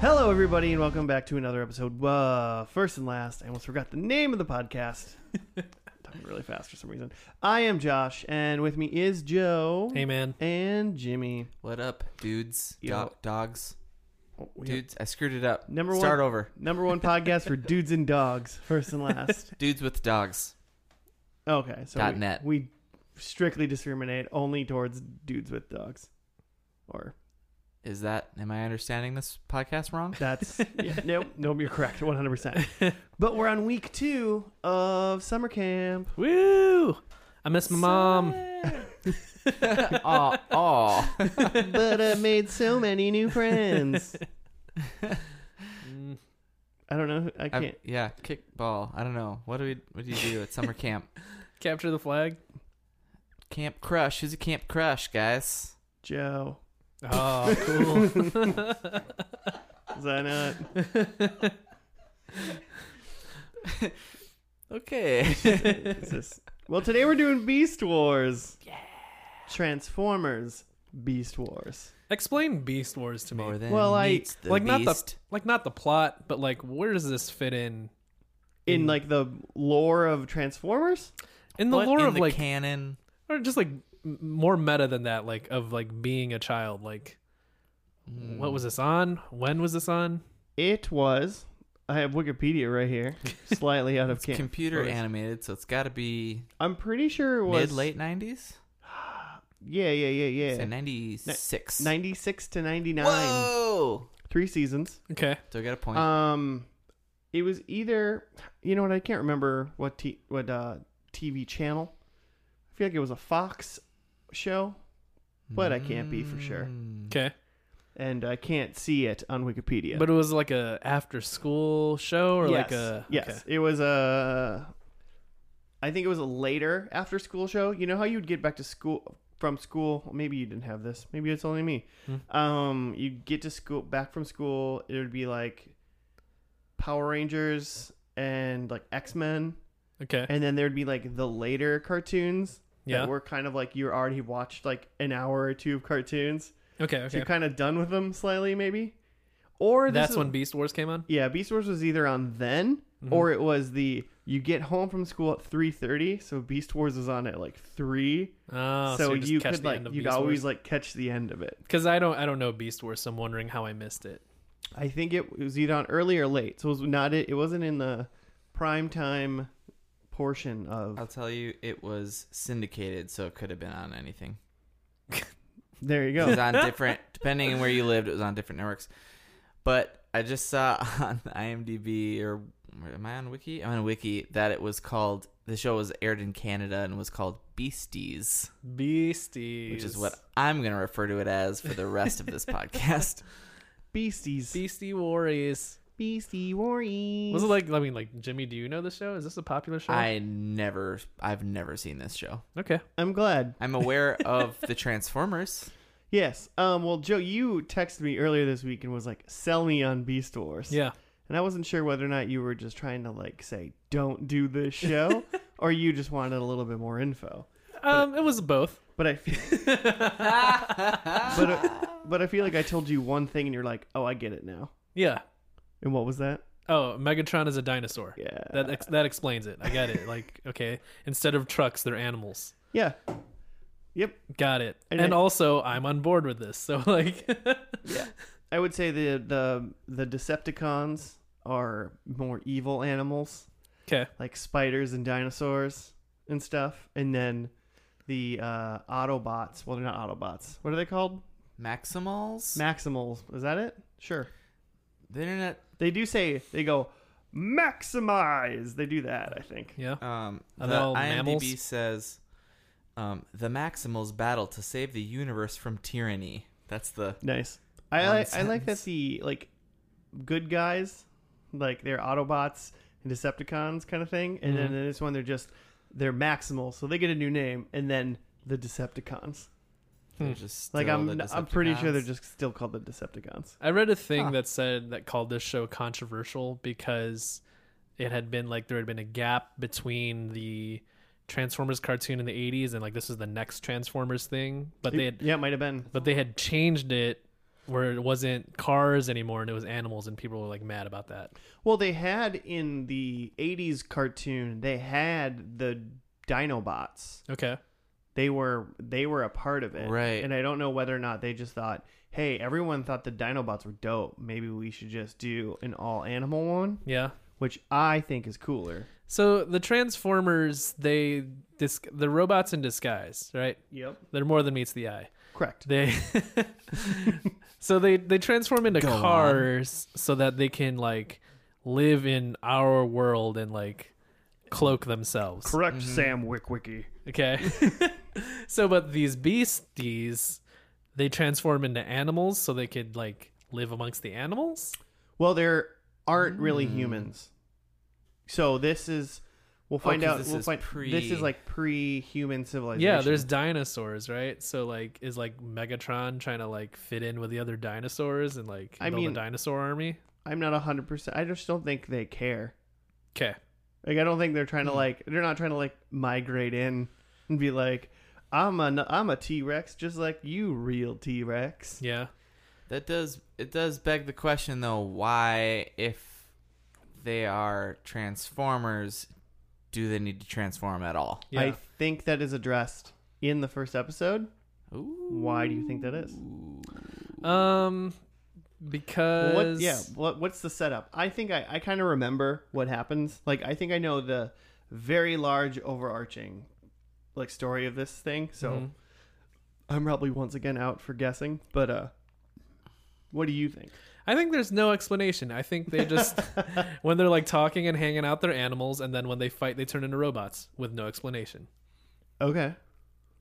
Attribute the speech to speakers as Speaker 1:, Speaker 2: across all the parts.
Speaker 1: Hello, everybody, and welcome back to another episode. Uh, first and last, I almost forgot the name of the podcast. talking really fast for some reason. I am Josh, and with me is Joe
Speaker 2: Mm.
Speaker 3: Hey man,
Speaker 1: and Jimmy.
Speaker 2: What up, dudes? Do-
Speaker 1: Yo.
Speaker 2: dogs?
Speaker 1: Oh, we have
Speaker 2: Dudes, I screwed it up.
Speaker 1: Number one-
Speaker 2: Start over.
Speaker 1: Number one podcast for dudes and dogs, first and last.
Speaker 2: Dudes with dogs.
Speaker 1: Okay, so
Speaker 2: Dot
Speaker 1: we,
Speaker 2: net.
Speaker 1: we strictly discriminate only towards dudes with dogs, or
Speaker 2: Is that, am I understanding this podcast wrong?
Speaker 1: That's yeah, nope, nope. You're correct, 100. percent But we're on week two of summer camp.
Speaker 3: woo! I miss my mom.
Speaker 2: Aw, aw.
Speaker 1: But I made so many new friends.
Speaker 3: Mm,
Speaker 1: I don't know. I
Speaker 2: I-
Speaker 1: can't.
Speaker 2: Yeah, kickball. I don't know. What do we, what do you do at summer camp?
Speaker 3: Capture the flag.
Speaker 2: Camp crush. Who's a camp crush, guys?
Speaker 1: Joe,
Speaker 2: Ah,
Speaker 3: Oh, cool.
Speaker 1: is that not?
Speaker 2: Okay.
Speaker 1: Is this? Well, today we're doing Beast Wars. Yeah. Transformers, Beast Wars.
Speaker 3: Explain Beast Wars to me.
Speaker 2: More than
Speaker 1: Well, I-
Speaker 2: meets the
Speaker 3: like not the
Speaker 2: beast.
Speaker 3: like not the plot, but like where does this fit in
Speaker 1: In
Speaker 3: Mm.
Speaker 1: like the lore of Transformers,
Speaker 3: in the
Speaker 2: What
Speaker 3: lore
Speaker 2: in
Speaker 3: of
Speaker 2: the
Speaker 3: like
Speaker 2: canon.
Speaker 3: or just like m- more meta than that, like of like being a child. Like what
Speaker 2: Mm.
Speaker 3: was this on? When was this on?
Speaker 1: it was. I have Wikipedia right here, slightly out of
Speaker 2: It's
Speaker 1: camp.
Speaker 2: computer
Speaker 1: Or-
Speaker 2: animated, so it's got to be
Speaker 1: I'm pretty sure it was
Speaker 2: mid late nineties.
Speaker 1: Yeah, yeah, yeah, yeah.
Speaker 2: So ninety six.
Speaker 1: 96 to 99
Speaker 2: Whoa!
Speaker 1: three seasons
Speaker 3: Okay.
Speaker 2: Do I got a point?
Speaker 1: um it was either you know what i can't remember what t- what uh tv channel i feel like it was a fox show but I can't be for sure.
Speaker 2: Mm.
Speaker 3: Okay.
Speaker 1: and i can't see it on wikipedia
Speaker 3: But it was like a after school show or like
Speaker 1: Yes,
Speaker 3: a
Speaker 1: yes
Speaker 3: okay.
Speaker 1: it was a i think it was a later after school show you know how you'd get back to school from school maybe you didn't have this maybe it's only me
Speaker 3: Hmm.
Speaker 1: um you'd get to school back from school it would be like power rangers and like x-men
Speaker 3: Okay.
Speaker 1: and then there'd be like the later cartoons
Speaker 3: Yeah.
Speaker 1: that were kind of like you already watched like an hour or two of cartoons
Speaker 3: Okay.
Speaker 1: so
Speaker 3: Okay.
Speaker 1: you're kind of done with them slightly maybe or this
Speaker 3: That's
Speaker 1: is-
Speaker 3: when Mm-hmm. Beast Wars came on.
Speaker 1: yeah, Beast Wars was either on then or it was the you get home from school at three thirty, so Beast Wars was on at like three.
Speaker 3: Oh,
Speaker 1: so
Speaker 3: you just
Speaker 1: you
Speaker 3: catch
Speaker 1: could
Speaker 3: the
Speaker 1: like
Speaker 3: end of
Speaker 1: you'd
Speaker 3: Beast
Speaker 1: always
Speaker 3: Wars.
Speaker 1: like catch the end of it.
Speaker 3: because I don't I don't know Beast Wars, so I'm wondering how I missed it.
Speaker 1: I think it was either on early or late, so it was not it, it wasn't in the prime time portion of
Speaker 2: I'll tell you, it was syndicated, so it could have been on anything.
Speaker 1: there you
Speaker 2: It was
Speaker 1: go.
Speaker 2: on different, depending on where you lived, it was on different networks. But I just saw on IMDb or am I on Wiki? I'm on Wiki that it was called. The show was aired in Canada and was called Beasties,
Speaker 3: Beasties,
Speaker 2: which is what I'm going to refer to it as for the rest of this podcast.
Speaker 1: Beasties.
Speaker 3: Beastie Warriors.
Speaker 1: Beastie Warriors.
Speaker 3: Was it like I mean like Jimmy? Do you know this show? Is this a popular show?
Speaker 2: I never, I've never seen this show.
Speaker 3: okay.
Speaker 1: I'm glad.
Speaker 2: I'm aware of the Transformers.
Speaker 1: Yes. Um well Joe, you texted me earlier this week and was like, sell me on Beast Wars.
Speaker 3: Yeah.
Speaker 1: And I wasn't sure whether or not you were just trying to like say don't do this show or you just wanted a little bit more info.
Speaker 3: Um, it was both.
Speaker 1: But I feel but uh, I, but I feel like I told you one thing and you're like, "Oh, I get it now."
Speaker 3: Yeah.
Speaker 1: And what was that?
Speaker 3: Oh, Megatron is a dinosaur.
Speaker 1: Yeah.
Speaker 3: That ex- that explains it. I got it. Like okay, instead of trucks, they're animals.
Speaker 1: Yeah. Yep.
Speaker 3: Got it.
Speaker 1: And
Speaker 3: And,
Speaker 1: I-
Speaker 3: also, I'm on board with this. So like,
Speaker 1: I would say the the the Decepticons are more evil animals,
Speaker 3: okay.
Speaker 1: like spiders and dinosaurs and stuff. And then the uh, Autobots, well, they're not Autobots. What are they called?
Speaker 2: Maximals.
Speaker 1: Maximals. Is that it? Sure.
Speaker 2: the internet
Speaker 1: They do say they go maximize. They do that, I think.
Speaker 3: Yeah.
Speaker 2: Um, the
Speaker 3: Are they all
Speaker 2: IMDb
Speaker 3: mammals?
Speaker 2: says um, the Maximals battle to save the universe from tyranny. That's the
Speaker 1: Nice. I
Speaker 2: One
Speaker 1: like, I like that
Speaker 2: sentence.
Speaker 1: the like good guys, like they're Autobots and Decepticons kind of thing, and
Speaker 2: Mm-hmm.
Speaker 1: then in this one they're just they're maximal, so they get a new name, and then the Decepticons.
Speaker 2: they're just
Speaker 1: Hmm. Like
Speaker 2: still
Speaker 1: I'm
Speaker 2: the
Speaker 1: I'm pretty sure they're
Speaker 2: Decepticons.
Speaker 1: just still called the Decepticons.
Speaker 3: I read a thing
Speaker 2: Huh.
Speaker 3: that said that called this show controversial because it had been like there had been a gap between the Transformers cartoon in the 80s and like this is the next Transformers thing, but they had
Speaker 1: yeah, it might have been.
Speaker 3: but they had changed it where it wasn't cars anymore and it was animals and people were like mad about that.
Speaker 1: Well, they had in the 80s cartoon, they had the Dinobots.
Speaker 3: Okay.
Speaker 1: They were they were a part of it.
Speaker 2: Right.
Speaker 1: And I don't know whether or not they just thought, "Hey, everyone thought the Dinobots were dope. Maybe we should just do an all animal one,"
Speaker 3: Yeah.
Speaker 1: which I think is cooler.
Speaker 3: So the Transformers, they dis- the robots in disguise, right?
Speaker 1: Yep.
Speaker 3: They're more than meets the eye.
Speaker 1: Correct.
Speaker 3: They so they they transform into
Speaker 2: Go on.
Speaker 3: cars so that they can like live in our world and like cloak themselves.
Speaker 1: Correct, Sam Wickwiki.
Speaker 3: Okay. so, but these beasties, they transform into animals so they could like live amongst the animals.
Speaker 1: Well, there aren't really humans. So this is we'll find
Speaker 2: 'cause
Speaker 1: out
Speaker 2: this
Speaker 1: we'll
Speaker 2: is
Speaker 1: find
Speaker 2: pre-
Speaker 1: this is like pre-human civilization.
Speaker 3: Yeah, there's dinosaurs, right? So, like, is like Megatron trying to like fit in with the other dinosaurs and like
Speaker 1: I
Speaker 3: build
Speaker 1: mean-
Speaker 3: a dinosaur army?
Speaker 1: I'm not 100%. I just don't think they care.
Speaker 3: Okay.
Speaker 1: Like I don't think they're trying to like they're not trying to like migrate in and be like I'm a I'm a T-Rex just like you real T-Rex.
Speaker 3: Yeah.
Speaker 2: That does it does beg the question though why if they are transformers do they need to transform at all?
Speaker 3: Yeah.
Speaker 1: I think that is addressed in the first episode.
Speaker 2: Ooh.
Speaker 1: Why do you think that is?
Speaker 3: um, because
Speaker 1: What yeah, what what's the setup? I think I I kind of remember what happens. Like I think I know the very large overarching like story of this thing. So
Speaker 3: Mhm.
Speaker 1: I'm probably once again out for guessing, but uh what do you think?
Speaker 3: I think there's no explanation. I think they just when they're like talking and hanging out, they're animals, and then when they fight, they turn into robots with no explanation.
Speaker 1: Okay.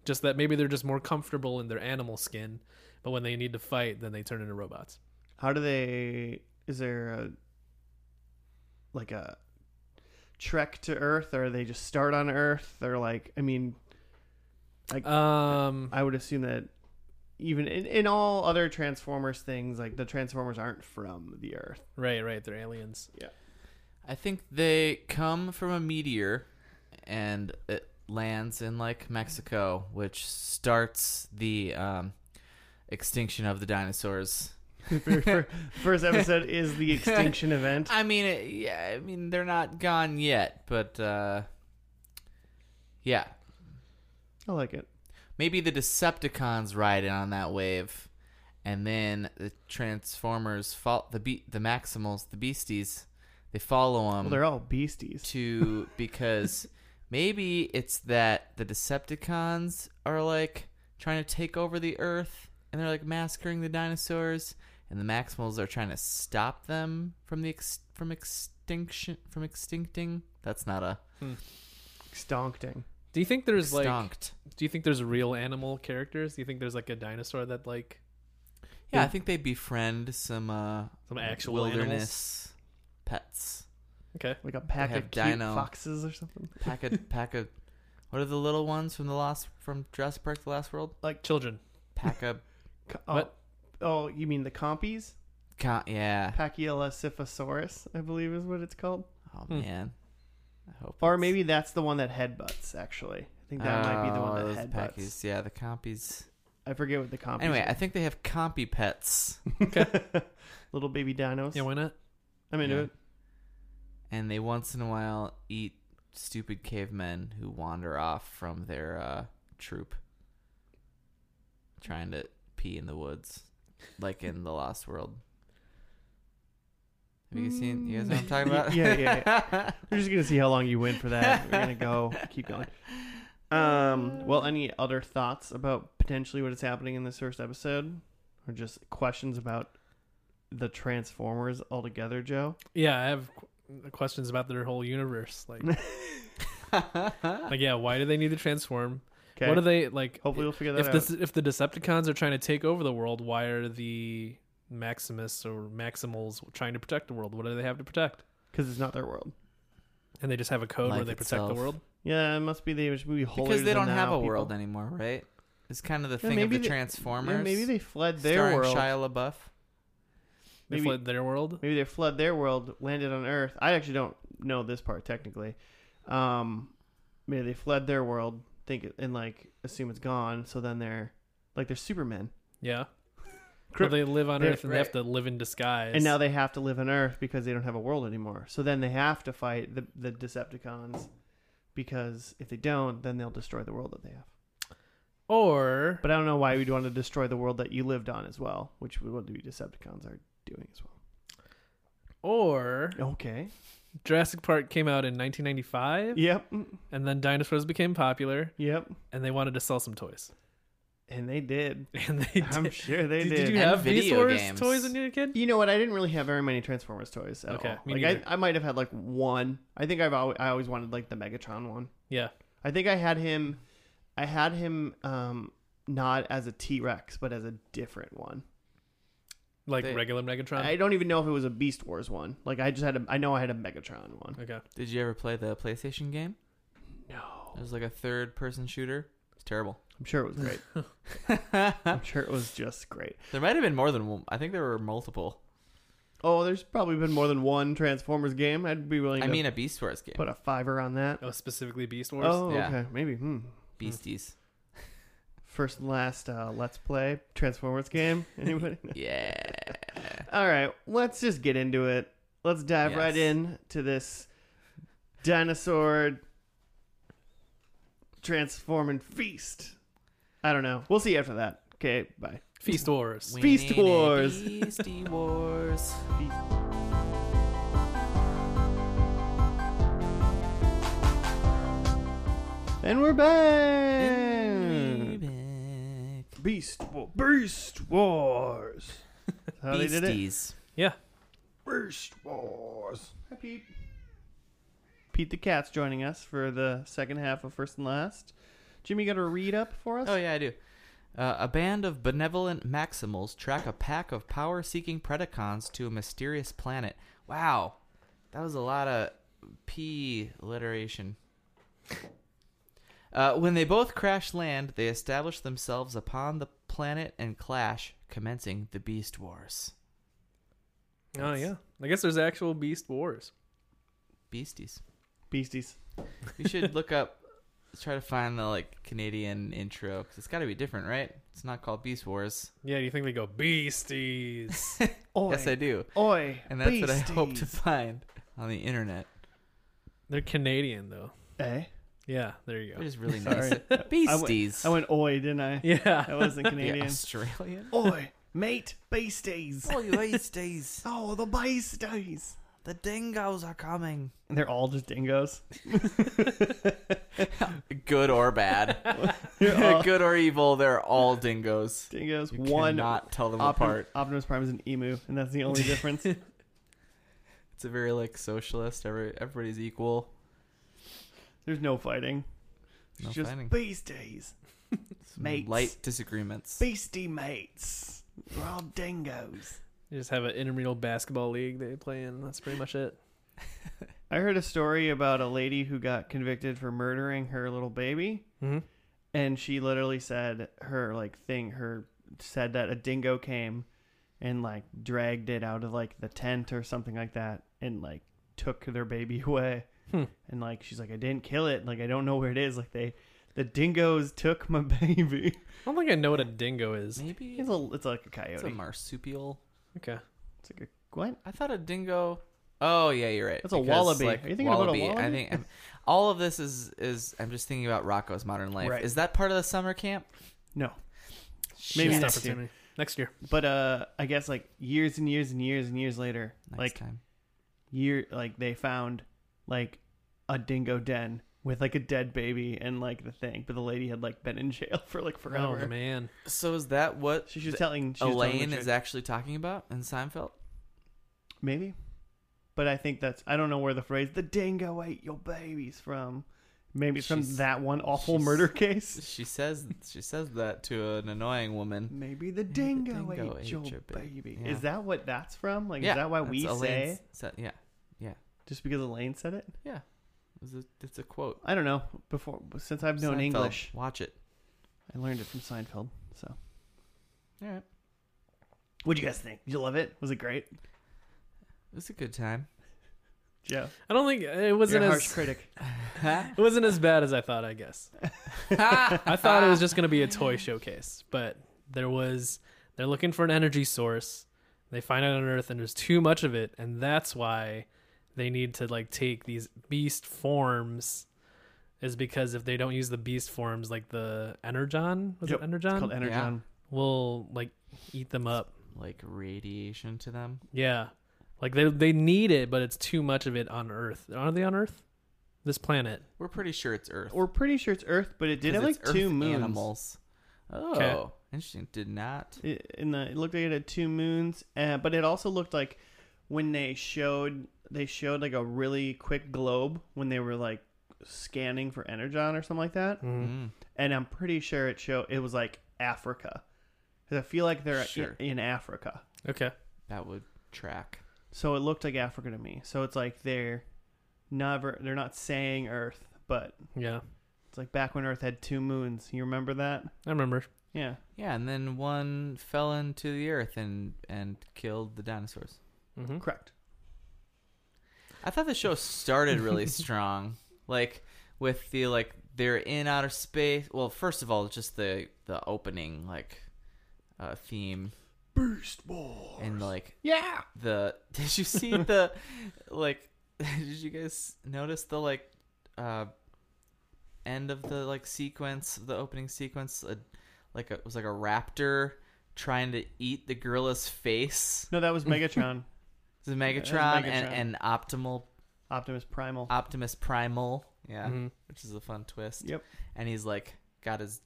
Speaker 3: Just that maybe they're just more comfortable in their animal skin, but when they need to fight, then they turn into robots.
Speaker 1: How do they? Is there a like a trek to Earth, or they just start on Earth? Or like, I mean,
Speaker 3: Um,
Speaker 1: I would assume that even in, in all other Transformers things, like the Transformers aren't from the Earth.
Speaker 3: right, right. They're aliens.
Speaker 2: I think they come from a meteor and it lands in like Mexico, which starts the um, extinction of the dinosaurs.
Speaker 1: First episode is the extinction event.
Speaker 2: I mean, it, yeah, I mean they're not gone yet, but uh, yeah,
Speaker 1: I like it.
Speaker 2: maybe the Decepticons ride in on that wave, and then the Transformers fall the be- the Maximals, the Beasties, they follow them
Speaker 1: Well, they're all beasties.
Speaker 2: to because maybe it's that the Decepticons are like trying to take over the Earth, and they're like massacring the dinosaurs, and the Maximals are trying to stop them from the ex- from extinction from extincting. That's not a
Speaker 1: Stonkting.
Speaker 3: Do you think there's like?
Speaker 2: stonked.
Speaker 3: Do you think there's real animal characters? Do you think there's like a dinosaur that like?
Speaker 2: Yeah, I think they befriend some uh
Speaker 3: Some actual
Speaker 2: wilderness pets.
Speaker 3: Okay.
Speaker 1: Like a pack
Speaker 2: have
Speaker 1: of cute
Speaker 2: dino.
Speaker 1: foxes or something.
Speaker 2: Pack a pack of what are the little ones from the last from Jurassic Park: The Last World?
Speaker 3: Children.
Speaker 2: Pack a
Speaker 1: Co- Oh,
Speaker 3: What?
Speaker 1: oh, you mean the compies?
Speaker 2: con- yeah.
Speaker 1: Pachyelaciphosaurus, I believe is what it's called.
Speaker 2: Oh
Speaker 3: Hmm.
Speaker 2: man, I hope.
Speaker 1: Or
Speaker 2: it's-
Speaker 1: maybe that's the one that headbutts. Actually, I think that might be the
Speaker 2: Oh,
Speaker 1: one that
Speaker 2: those
Speaker 1: headbutts.
Speaker 2: packies. Yeah, the compies.
Speaker 1: I forget what the comp.
Speaker 2: Anyway, I think they have compy pets,
Speaker 1: little baby dinos.
Speaker 3: Yeah. Why not?
Speaker 1: I'm into
Speaker 2: Yeah.
Speaker 1: it.
Speaker 2: and they once in a while eat stupid cavemen who wander off from their uh, troop, trying to pee in the woods, like in the Lost World. Have you guys seen? You guys know what I'm talking about?
Speaker 1: Yeah, yeah, We're just gonna see how long you win for that. We're gonna go keep going. Um. Well, any other thoughts about potentially what is happening in this first episode, or just questions about the Transformers altogether, Joe?
Speaker 3: Yeah, I have qu- questions about their whole universe. Like, like yeah, why do they need to transform?
Speaker 1: Okay.
Speaker 3: What are they like?
Speaker 1: Hopefully, we'll figure that
Speaker 3: if
Speaker 1: out.
Speaker 3: this if the Decepticons are trying to take over the world, why are the Maximus or Maximals trying to protect the world? What do they have to protect?
Speaker 1: Because it's not their world.
Speaker 3: And they just have a code where
Speaker 2: Life
Speaker 3: they protect the
Speaker 2: itself.
Speaker 3: world.
Speaker 1: Yeah, it must be they must be holier
Speaker 2: because they
Speaker 1: than
Speaker 2: don't have
Speaker 1: thou
Speaker 2: a
Speaker 1: people.
Speaker 2: world anymore, right? It's kind of the
Speaker 1: Yeah,
Speaker 2: thing of
Speaker 1: maybe
Speaker 2: the
Speaker 1: they- yeah,
Speaker 2: Transformers.
Speaker 1: Yeah, maybe they fled their
Speaker 2: starring
Speaker 1: world.
Speaker 2: Shia LaBeouf.
Speaker 3: They
Speaker 1: Maybe-
Speaker 3: fled their world.
Speaker 1: maybe they flood their world, landed on Earth. I actually don't know this part technically. Um, maybe they fled their world, think it, and like assume it's gone. So then they're like they're Supermen.
Speaker 3: Yeah. Where they live on
Speaker 1: They're-
Speaker 3: Earth and they have to live in disguise.
Speaker 1: And now they have to live on Earth because they don't have a world anymore. So then they have to fight the, the Decepticons because if they don't, then they'll destroy the world that they have.
Speaker 3: or
Speaker 1: But I don't know why we'd want to destroy the world that you lived on as well, which would what the Decepticons are doing as well.
Speaker 3: or
Speaker 1: Okay.
Speaker 3: Jurassic Park came out in 1995,
Speaker 1: Yep. mm,
Speaker 3: and then dinosaurs became popular,
Speaker 1: Yep.
Speaker 3: and they wanted to sell some toys,
Speaker 1: And they did.
Speaker 3: and they
Speaker 1: I'm
Speaker 3: did.
Speaker 1: sure they
Speaker 3: Did,
Speaker 1: did.
Speaker 3: did you
Speaker 2: And
Speaker 3: have
Speaker 2: video
Speaker 3: Venusaur's
Speaker 2: games.
Speaker 3: toys when you were a kid?
Speaker 1: You know what? I didn't really have very many Transformers toys at
Speaker 3: Okay,
Speaker 1: all.
Speaker 3: me
Speaker 1: like
Speaker 3: neither.
Speaker 1: I, I might have had like one. I think I've always, I always wanted like the Megatron one.
Speaker 3: Yeah.
Speaker 1: I think I had him. I had him um, not as a T Rex, but as a different one.
Speaker 3: Like
Speaker 2: They-
Speaker 3: regular Megatron.
Speaker 1: I don't even know if it was a Beast Wars one. Like I just had a. I know I had a Megatron one.
Speaker 3: okay.
Speaker 2: Did you ever play the PlayStation game?
Speaker 1: No,
Speaker 2: It was like a third person shooter. It's terrible.
Speaker 1: I'm sure it was great. I'm sure it was just great.
Speaker 2: There might have been more than one. I think there were multiple.
Speaker 1: Oh, there's probably been more than one Transformers game. I'd be willing.
Speaker 2: I
Speaker 1: to
Speaker 2: mean, a Beast Wars game.
Speaker 1: put a fiver on that.
Speaker 3: Oh, specifically Beast Wars.
Speaker 1: Oh,
Speaker 2: Yeah.
Speaker 1: okay, maybe. Hmm.
Speaker 2: Beasties.
Speaker 1: First and last uh, Let's Play Transformers game. Anybody?
Speaker 2: Yeah.
Speaker 1: All right, let's just get into it. Let's dive
Speaker 2: Yes.
Speaker 1: right in to this dinosaur transforming feast. I don't know. We'll see you after that. Okay, bye.
Speaker 3: Feast Wars.
Speaker 1: Feast
Speaker 2: Winning it,
Speaker 1: Wars.
Speaker 2: Beastie Wars.
Speaker 1: And we're back.
Speaker 2: Back.
Speaker 1: Beast War. Beast Wars. That's How they did it?
Speaker 2: Beasties.
Speaker 3: Yeah.
Speaker 1: Beast Wars. Hi, Pete. Pete the cat's joining us for the second half of First and Last. Jimmy, got a read up for us?
Speaker 2: Oh yeah, I do. Uh, a band of benevolent maximals track a pack of power-seeking Predacons to a mysterious planet. Wow, that was a lot of p alliteration. Uh, when they both crash land, they establish themselves upon the planet and clash, commencing the Beast Wars.
Speaker 3: Oh yeah. I guess there's actual Beast Wars.
Speaker 2: Beasties.
Speaker 1: Beasties.
Speaker 2: You should look up, try to find the like Canadian intro because it's got to be different, right? It's not called Beast Wars.
Speaker 3: Yeah. Do you think they go Beasties?
Speaker 1: Oi.
Speaker 2: Yes, I do.
Speaker 1: Oi.
Speaker 2: And that's what I hope to
Speaker 1: beasties.
Speaker 2: find on the internet.
Speaker 3: They're Canadian though.
Speaker 1: Eh?
Speaker 3: Yeah. There you
Speaker 2: It
Speaker 3: go.
Speaker 2: is really
Speaker 1: Sorry.
Speaker 2: nice. Beasties.
Speaker 1: I went oi, didn't I? I
Speaker 3: Yeah.
Speaker 1: wasn't
Speaker 2: Yeah,
Speaker 1: Canadian.
Speaker 2: Australian.
Speaker 1: Oi, mate, beasties.
Speaker 2: Oh, you beasties.
Speaker 1: Oh, the beasties.
Speaker 2: The dingoes are coming.
Speaker 1: And they're all just dingoes.
Speaker 2: Good or bad.
Speaker 1: They're all
Speaker 2: Good or evil, they're all dingoes.
Speaker 1: dingoes.
Speaker 2: You
Speaker 1: One
Speaker 2: cannot tell them
Speaker 1: Optim-
Speaker 2: apart.
Speaker 1: Optimus Prime is an emu, and that's the only difference.
Speaker 2: It's a very like socialist. Every everybody's equal.
Speaker 1: There's no fighting. It's
Speaker 2: No
Speaker 1: just
Speaker 2: fighting.
Speaker 1: beasties.
Speaker 2: Some
Speaker 1: mates.
Speaker 2: Light disagreements.
Speaker 1: Beastie mates. We're all dingoes.
Speaker 3: They just have an intramural basketball league they play in. That's pretty much it.
Speaker 1: I heard a story about a lady who got convicted for murdering her little baby.
Speaker 3: Mm-hmm.
Speaker 1: and she literally said her like thing her said that a dingo came and like dragged it out of like the tent or something like that and like took their baby away
Speaker 3: Hmm.
Speaker 1: and like she's like i didn't kill it like i don't know where it is like they the dingoes took my baby
Speaker 3: I don't think I know what a dingo is.
Speaker 2: Maybe
Speaker 1: it's, a, it's like a coyote
Speaker 2: it's
Speaker 1: it's,
Speaker 2: a marsupial.
Speaker 3: Okay.
Speaker 1: like a what
Speaker 2: I thought a dingo. Oh yeah, you're right.
Speaker 1: That's a
Speaker 2: Because,
Speaker 1: wallaby. Are you thinking about a
Speaker 2: I
Speaker 1: wallaby?
Speaker 2: think I'm- all of this is is. I'm just thinking about Rocco's Modern Life.
Speaker 1: Right.
Speaker 2: Is that part of the summer camp?
Speaker 1: no
Speaker 3: Maybe
Speaker 1: Maybe
Speaker 3: it's
Speaker 1: next year.
Speaker 3: opportunity. Next year.
Speaker 1: but uh i guess like years and years and years and years later
Speaker 2: Next
Speaker 1: like
Speaker 2: time.
Speaker 1: year like they found like a dingo den with like a dead baby and like the thing but the lady had like been in jail for like forever
Speaker 3: Oh man.
Speaker 2: So is that what
Speaker 1: she was telling she was telling
Speaker 2: Elaine
Speaker 1: the
Speaker 2: is
Speaker 1: truth.
Speaker 2: actually talking about in Seinfeld?
Speaker 1: maybe but i think that's i don't know where the phrase the dingo ate your babies from maybe it's from
Speaker 2: She's-
Speaker 1: that one awful
Speaker 2: she's-
Speaker 1: murder case
Speaker 2: She says she says that to an annoying woman.
Speaker 1: maybe the dingo,
Speaker 2: dingo
Speaker 1: ate,
Speaker 2: ate
Speaker 1: your,
Speaker 2: your ba-
Speaker 1: baby
Speaker 2: yeah.
Speaker 1: is that what that's from like
Speaker 2: Yeah,
Speaker 1: is that why
Speaker 2: that's
Speaker 1: we
Speaker 2: Elaine's
Speaker 1: say
Speaker 2: sa- yeah,
Speaker 1: just because elaine said it
Speaker 2: yeah. It's a, it's a quote.
Speaker 1: i don't know before since i've known
Speaker 2: Seinfeld.
Speaker 1: english
Speaker 2: Watch it.
Speaker 1: i learned it from seinfeld so
Speaker 2: All right.
Speaker 1: what'd you guys think did you love it was it great
Speaker 2: It was a good time.
Speaker 1: yeah
Speaker 3: I don't think it
Speaker 1: You're
Speaker 3: wasn't
Speaker 1: a
Speaker 3: as
Speaker 1: harsh critic.
Speaker 3: it wasn't as bad as I thought. I guess. I thought it was just going to be a toy showcase, but there was They're looking for an energy source. They find it on Earth, and there's too much of it, and that's why they need to like take these beast forms. Is because if they don't use the beast forms, like the energon, was
Speaker 1: Yep,
Speaker 3: it
Speaker 1: It's called E-
Speaker 3: energon,
Speaker 1: Energon.
Speaker 3: will like eat them up.
Speaker 2: like radiation to them.
Speaker 3: Yeah. Like they they need it, but it's too much of it on Earth. Are they on Earth? This planet.
Speaker 2: We're pretty sure it's Earth.
Speaker 1: We're pretty sure it's Earth, but it did have
Speaker 2: 'Cause
Speaker 1: like
Speaker 2: it's
Speaker 1: two
Speaker 2: Earth
Speaker 1: moons.
Speaker 2: Animals. Oh,
Speaker 3: Okay.
Speaker 2: interesting. Did not.
Speaker 1: It, in the, it looked like it had two moons, uh, but it also looked like when they showed they showed like a really quick globe when they were like scanning for energon or something like that.
Speaker 3: Mm-hmm.
Speaker 2: Mm.
Speaker 1: And I'm pretty sure it showed it was like Africa, 'Cause I feel like they're
Speaker 2: Sure.
Speaker 1: in, in Africa,
Speaker 3: Okay.
Speaker 2: That would track.
Speaker 1: so it looked like Africa to me. So it's like they're never they're not saying Earth, but
Speaker 3: Yeah.
Speaker 1: it's like back when Earth had two moons. You remember that?
Speaker 3: I remember.
Speaker 1: Yeah.
Speaker 2: Yeah, and then one fell into the Earth and and killed the dinosaurs.
Speaker 3: Mm-hmm.
Speaker 1: Correct.
Speaker 2: I thought the show started really strong, like with the like they're in outer space. Well, first of all, just the the opening like uh, theme
Speaker 1: Beast Wars.
Speaker 2: and like
Speaker 1: yeah.
Speaker 2: the did you see the like did you guys notice the like uh end of the like sequence the opening sequence uh, like a, it was like a raptor trying to eat the gorilla's face
Speaker 1: No, that was Megatron.
Speaker 2: It was
Speaker 1: that was Megatron.
Speaker 2: megatron, And, and optimal
Speaker 1: Optimus Primal.
Speaker 2: optimus primal yeah
Speaker 3: hmm
Speaker 2: which is a fun twist
Speaker 1: Mm-hmm. Yep.
Speaker 2: and he's like got his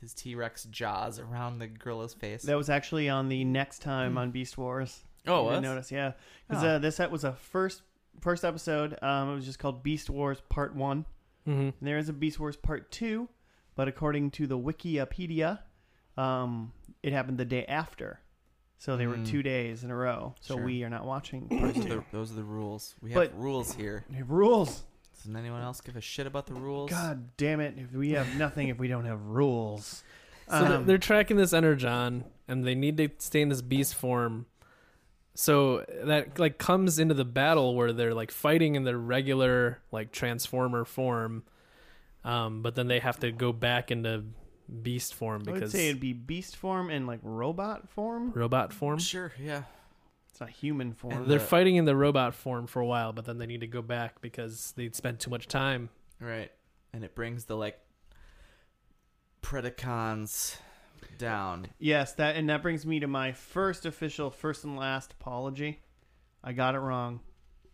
Speaker 2: his t-rex jaws around the gorilla's face
Speaker 1: That was actually on the next time on Beast Wars.
Speaker 2: oh
Speaker 1: I
Speaker 2: was?
Speaker 1: notice, yeah, because
Speaker 2: Oh.
Speaker 1: uh, this set was a first first episode. Um, it was just called Beast Wars Part One.
Speaker 3: hmm
Speaker 1: And there is a Beast Wars Part Two, but according to the Wikipedia, um, it happened the day after, so they were
Speaker 3: Hmm.
Speaker 2: Mm.
Speaker 1: two days in a row. So
Speaker 2: Sure.
Speaker 1: we are not watching Part
Speaker 2: those, are
Speaker 1: Two.
Speaker 2: the, those are the rules we have
Speaker 1: But-
Speaker 2: rules here
Speaker 1: They have rules.
Speaker 2: doesn't anyone else give a shit about the rules
Speaker 1: God damn it! If we have nothing, if we don't have rules, Um,
Speaker 3: So they're- they're tracking this energon, and they need to stay in this beast form. So that like comes into the battle where they're like fighting in their regular like transformer form, um, but then they have to go back into beast form
Speaker 1: I would
Speaker 3: because
Speaker 1: say it'd be beast form and like robot form.
Speaker 3: robot form.
Speaker 2: Sure, yeah.
Speaker 1: It's not human form.
Speaker 3: They're
Speaker 2: the-
Speaker 3: fighting in the robot form for a while, but then they need to go back because they'd spent too much time.
Speaker 2: Right. And it brings the like Predacons down.
Speaker 1: Yes, that and that brings me to my first official, first and last apology. I got it wrong.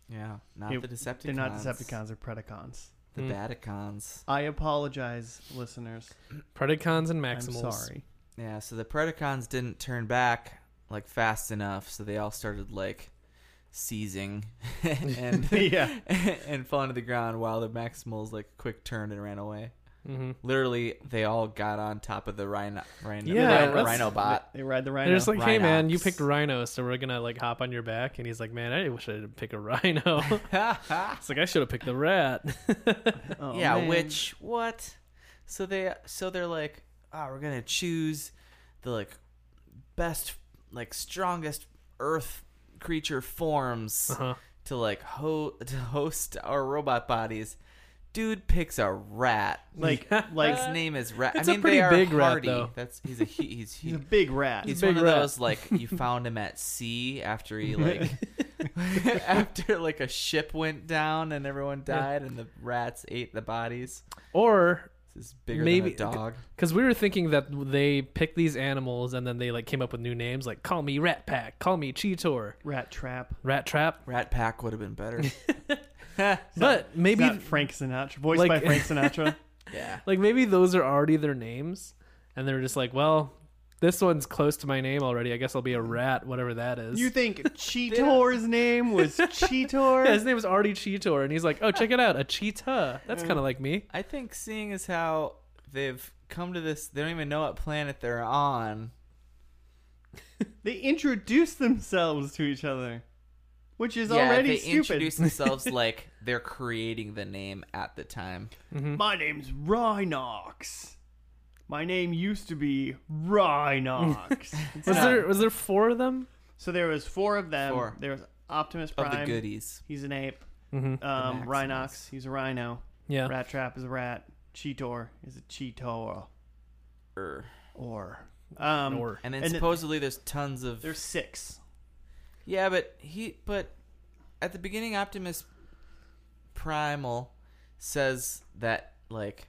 Speaker 2: Yeah. Not
Speaker 1: Yeah,
Speaker 2: the Decepticons.
Speaker 1: They're not Decepticons; they're Predacons.
Speaker 2: The
Speaker 3: Mm.
Speaker 2: Baticons.
Speaker 1: I apologize, listeners.
Speaker 3: Predacons and Maximals.
Speaker 1: I'm sorry.
Speaker 2: Yeah, so the Predacons didn't turn back like fast enough, so they all started like seizing and
Speaker 1: Yeah.
Speaker 2: and falling to the ground while the Maximals like quick turned and ran away.
Speaker 3: Mm-hmm.
Speaker 2: Literally, they all got on top of the rhino, rhino,
Speaker 3: Yeah,
Speaker 2: rhino,
Speaker 3: that's-
Speaker 2: Rhinobot.
Speaker 1: They ride the
Speaker 3: They're
Speaker 1: rhino.
Speaker 3: just like, hey man, you
Speaker 2: Rhinox.
Speaker 3: picked Rhino, so we're gonna like hop on your back. And he's like, man, I wish I didn't pick a Rhino. it's like I should have picked the rat.
Speaker 1: Oh,
Speaker 2: yeah,
Speaker 1: man.
Speaker 2: which what? So they so they're like, oh, we're gonna choose the like best, like strongest Earth creature forms
Speaker 3: Uh-huh.
Speaker 2: to like ho- to host our robot bodies. Dude picks a rat.
Speaker 1: like like
Speaker 2: His name is Rat.
Speaker 3: Uh, It's a
Speaker 2: I mean,
Speaker 3: pretty
Speaker 2: they are
Speaker 3: big rat,
Speaker 2: hardy.
Speaker 3: though.
Speaker 2: That's he's a he, he's he,
Speaker 1: he's a big rat.
Speaker 2: he's
Speaker 3: big
Speaker 2: one of
Speaker 3: rat.
Speaker 2: those like you found him at sea after he like after like a ship went down and everyone died and the rats ate the bodies.
Speaker 3: Or
Speaker 2: This is bigger
Speaker 3: Maybe-
Speaker 2: than a dog.
Speaker 3: because we were thinking that they picked these animals and then they like came up with new names, like call me Rat Pack, call me Cheetor,
Speaker 1: rat trap.
Speaker 3: Rat Trap.
Speaker 2: Rat Pack would have been better.
Speaker 3: but maybe
Speaker 1: Not Frank Sinatra, voiced
Speaker 3: Like-
Speaker 1: by Frank Sinatra.
Speaker 2: yeah.
Speaker 3: like maybe those are already their names and they're just like well this one's close to my name already i guess i'll be a rat whatever that is
Speaker 1: you think Cheetor's name was Cheetor?
Speaker 3: yeah, his name is already cheetor and he's like oh check it out a cheetah that's kind of like me
Speaker 2: I think seeing as how they've come to this, they don't even know what planet they're on.
Speaker 1: They introduced themselves to each other, which is
Speaker 2: yeah,
Speaker 1: already
Speaker 2: they
Speaker 1: stupid.
Speaker 2: introduce themselves like they're creating the name at the time.
Speaker 1: My name's Rhinox. My name used to be Rhinox.
Speaker 3: was there was there four of them
Speaker 1: so there was four of them.
Speaker 2: Four.
Speaker 1: There was Optimus
Speaker 2: Of
Speaker 1: Prime.
Speaker 2: the goodies.
Speaker 1: He's an ape. Um,
Speaker 3: Mhm.
Speaker 2: The Maximals.
Speaker 1: Rhinox. He's a rhino.
Speaker 3: yeah
Speaker 1: Rat Trap is a rat. Cheetor is a cheetor.
Speaker 2: Er.
Speaker 1: Or Um,
Speaker 3: Nor.
Speaker 2: And then
Speaker 1: And it-
Speaker 2: supposedly there's tons of
Speaker 1: There's six.
Speaker 2: Yeah, but he but at the beginning Optimus Primal says that like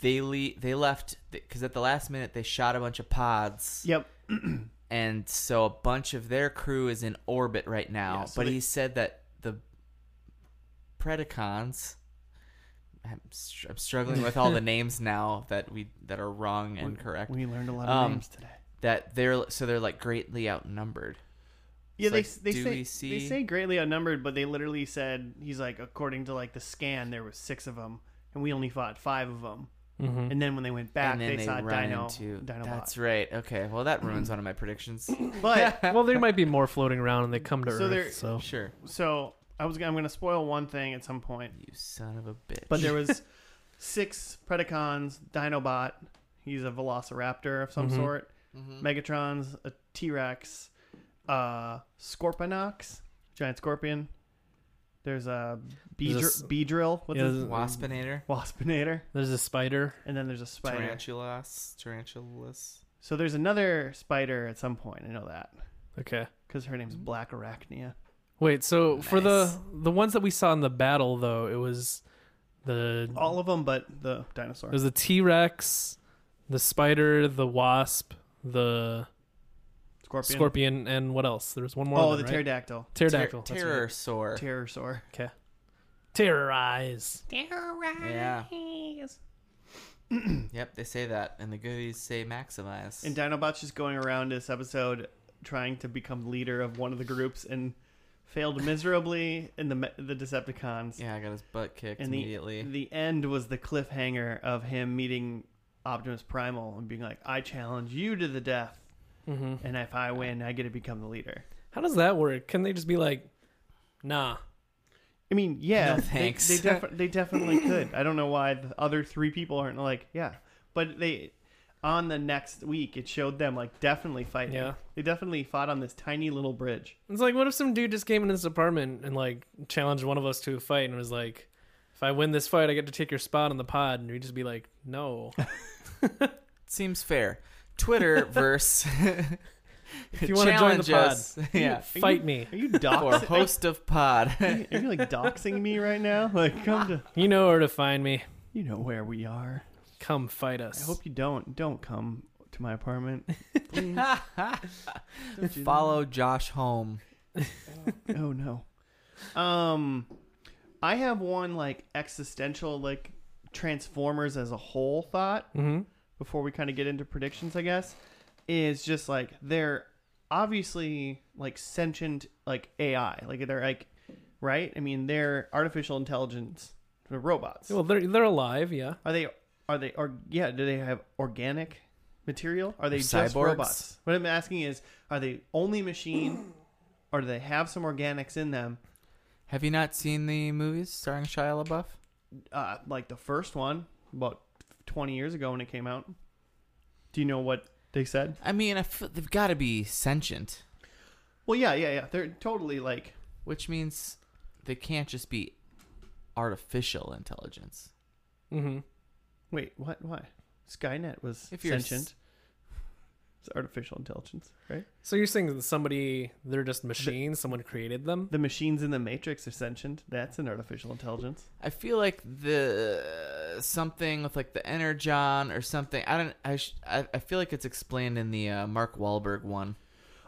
Speaker 2: they le- they left cuz at the last minute they shot a bunch of pods
Speaker 1: Yep.
Speaker 2: and so a bunch of their crew is in orbit right now.
Speaker 1: Yeah, so
Speaker 2: but
Speaker 1: they-
Speaker 2: he said that the Predacons. I'm, str- I'm struggling with all the names now that we that are wrong and correct.
Speaker 1: We learned a lot of
Speaker 2: Um,
Speaker 1: names today.
Speaker 2: that they're so they're like greatly outnumbered.
Speaker 1: Yeah, they,
Speaker 2: It's like,
Speaker 1: they
Speaker 2: do
Speaker 1: say
Speaker 2: we
Speaker 1: they
Speaker 2: see-
Speaker 1: say greatly outnumbered, but they literally said he's like according to like the scan there was six of them, and we only fought five of them.
Speaker 3: Mhm.
Speaker 1: And then when they went back,
Speaker 2: and then
Speaker 1: they,
Speaker 2: they,
Speaker 1: saw
Speaker 2: run
Speaker 1: Dino Mm-hmm.
Speaker 2: into. that's
Speaker 1: Dinobot.
Speaker 2: right. Okay. Well, that ruins one of my predictions.
Speaker 1: But
Speaker 3: well, there might be more floating around, and they come to
Speaker 1: So there-
Speaker 3: Earth. So
Speaker 2: sure.
Speaker 1: so I was I'm going to spoil one thing at some point,
Speaker 2: You son of a bitch.
Speaker 1: but there was six Predacons, Dinobot, he's a Velociraptor of some
Speaker 3: Mhm.
Speaker 1: sort,
Speaker 2: Mhm.
Speaker 1: Megatron's a T Rex, uh, Scorponox, giant scorpion. There's a Beedrill.
Speaker 3: There's a s-
Speaker 1: Beedrill. What's
Speaker 3: yeah,
Speaker 1: his
Speaker 3: there's-
Speaker 2: Waspinator,
Speaker 1: Waspinator,
Speaker 3: there's a spider.
Speaker 1: and then there's a spider.
Speaker 2: tarantulas, tarantulas.
Speaker 1: So there's another spider at some point. I know that
Speaker 3: Okay.
Speaker 1: because her name's Black Arachnia.
Speaker 3: Wait. So for the
Speaker 2: Nice.
Speaker 3: the ones that we saw in the battle, though, it was the
Speaker 1: All of them, but the dinosaur.
Speaker 3: it was the T Rex, the spider, the wasp, the
Speaker 1: Scorpion.
Speaker 3: scorpion, and what else? There was one more.
Speaker 1: Oh,
Speaker 3: of
Speaker 1: the
Speaker 3: them, right?
Speaker 1: pterodactyl.
Speaker 3: pterodactyl.
Speaker 2: Ter-
Speaker 3: that's right.
Speaker 2: pterosaur.
Speaker 1: Pterosaur.
Speaker 3: Terrorize.
Speaker 2: Yeah. yep, they say that, and the goodies say maximize.
Speaker 1: And Dinobot's just going around this episode trying to become leader of one of the groups and failed miserably in the Me- the Decepticons.
Speaker 2: yeah, I got his butt kicked
Speaker 1: And the-
Speaker 2: immediately.
Speaker 1: The end was the cliffhanger of him meeting Optimus Primal and being like, "I challenge you to the death,
Speaker 3: Mm-hmm.
Speaker 1: and if I win, I get to become the leader."
Speaker 3: How does that work? Can they just be like, nah?
Speaker 1: I mean, yeah,
Speaker 2: No
Speaker 1: they-
Speaker 2: thanks.
Speaker 1: They, defi- they definitely could. I don't know why the other three people aren't like, yeah, but they on the next week it showed them like definitely fighting.
Speaker 3: Yeah.
Speaker 1: they definitely fought on this tiny little bridge.
Speaker 3: It's like, what if some dude just came into this apartment and like challenged one of us to a fight and was like, if I win this fight, I get to take your spot on the pod, and we just be like, no.
Speaker 2: Seems fair. Twitter verse.
Speaker 3: If you want to join the pod,
Speaker 2: yeah.
Speaker 3: fight me.
Speaker 1: Are you
Speaker 2: Or
Speaker 1: doxing?
Speaker 2: host of pod.
Speaker 1: Are you, are you, like doxing me right now? Like, come to
Speaker 3: You know where to find me.
Speaker 1: you know where we are.
Speaker 3: Come fight
Speaker 1: I
Speaker 3: us.
Speaker 1: hope you don't don't come to my apartment. Please. Don't do that.
Speaker 2: Follow Josh home.
Speaker 1: oh no. Um, I have one like existential like Transformers as a whole thought.
Speaker 3: hmm
Speaker 1: before we kind of get into predictions, I guess, is just like they're obviously like sentient like AI. Like they're like right? I mean, they're artificial intelligence. They're robots.
Speaker 3: Well, they're they're alive, yeah.
Speaker 1: Are they are they or yeah, do they have organic material? Are they just
Speaker 2: Cyborgs?
Speaker 1: robots? What I'm asking is, are they only machine or do they have some organics in them?
Speaker 2: Have you not seen the movies starring Shia LaBeouf?
Speaker 1: Uh like the first one about 20 years ago when it came out. Do you know what they said?
Speaker 2: I mean, I feel, they've got to be sentient,
Speaker 1: Well, yeah, yeah, yeah. They're totally like
Speaker 2: which means they can't just be artificial intelligence.
Speaker 3: Mm-hmm.
Speaker 1: Wait, what? Why? Skynet was
Speaker 2: If you're
Speaker 1: sentient. It's artificial intelligence, right?
Speaker 3: So you're saying that somebody, they're just machines. someone created them.
Speaker 1: The machines in the Matrix are sentient. That's an artificial intelligence.
Speaker 2: I feel like the something with like the energon or something. I don't. I sh- I, I feel like it's explained in the uh, Mark Wahlberg one.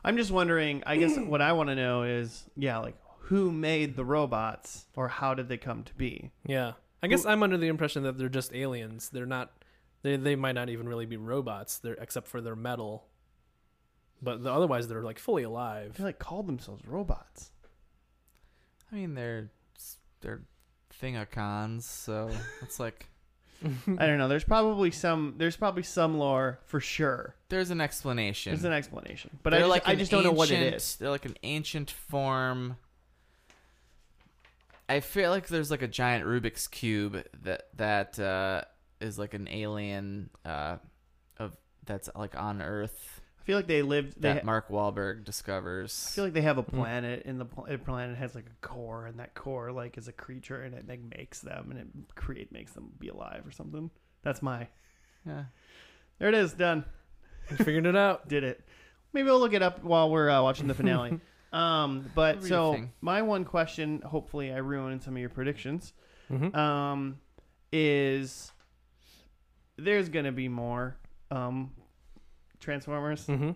Speaker 1: I'm just wondering. I guess what I want to know is, yeah, like who made the robots or how did they come to be?
Speaker 3: Yeah. I guess I'm under the impression that they're just aliens. They're not. They they might not even really be robots. They're except for their metal. But the, otherwise, they're like fully
Speaker 1: They
Speaker 3: alive.
Speaker 1: like called themselves robots.
Speaker 2: I mean, they're s- they're thingacons, so it's like
Speaker 1: I don't know. There's probably some. There's probably some lore for sure.
Speaker 2: there's an explanation.
Speaker 1: There's an explanation, but I
Speaker 2: They're
Speaker 1: just, I
Speaker 2: an
Speaker 1: just don't know what it
Speaker 2: ancient-
Speaker 1: is.
Speaker 2: They're like an ancient form. I feel like there's like a giant Rubik's cube that that uh, is like an alien uh, of that's like on Earth
Speaker 1: I feel like they lived. They
Speaker 2: that Mm.
Speaker 1: ha-
Speaker 2: Mark Wahlberg
Speaker 1: I
Speaker 2: discovers.
Speaker 1: feel like they have a planet, and the pl- the planet has like a core, and that core like is a creature, and it like makes them, and it create makes them be alive or something. That's my.
Speaker 2: yeah.
Speaker 1: There it is, done.
Speaker 3: Figured it out.
Speaker 1: did it. Maybe I'll look it up while we're uh, watching the finale. um, but
Speaker 2: Real
Speaker 1: so
Speaker 2: thing.
Speaker 1: my one question, hopefully I ruined some of your predictions,
Speaker 3: Mhm.
Speaker 1: um, is there's gonna be more um, Transformers.
Speaker 3: hmm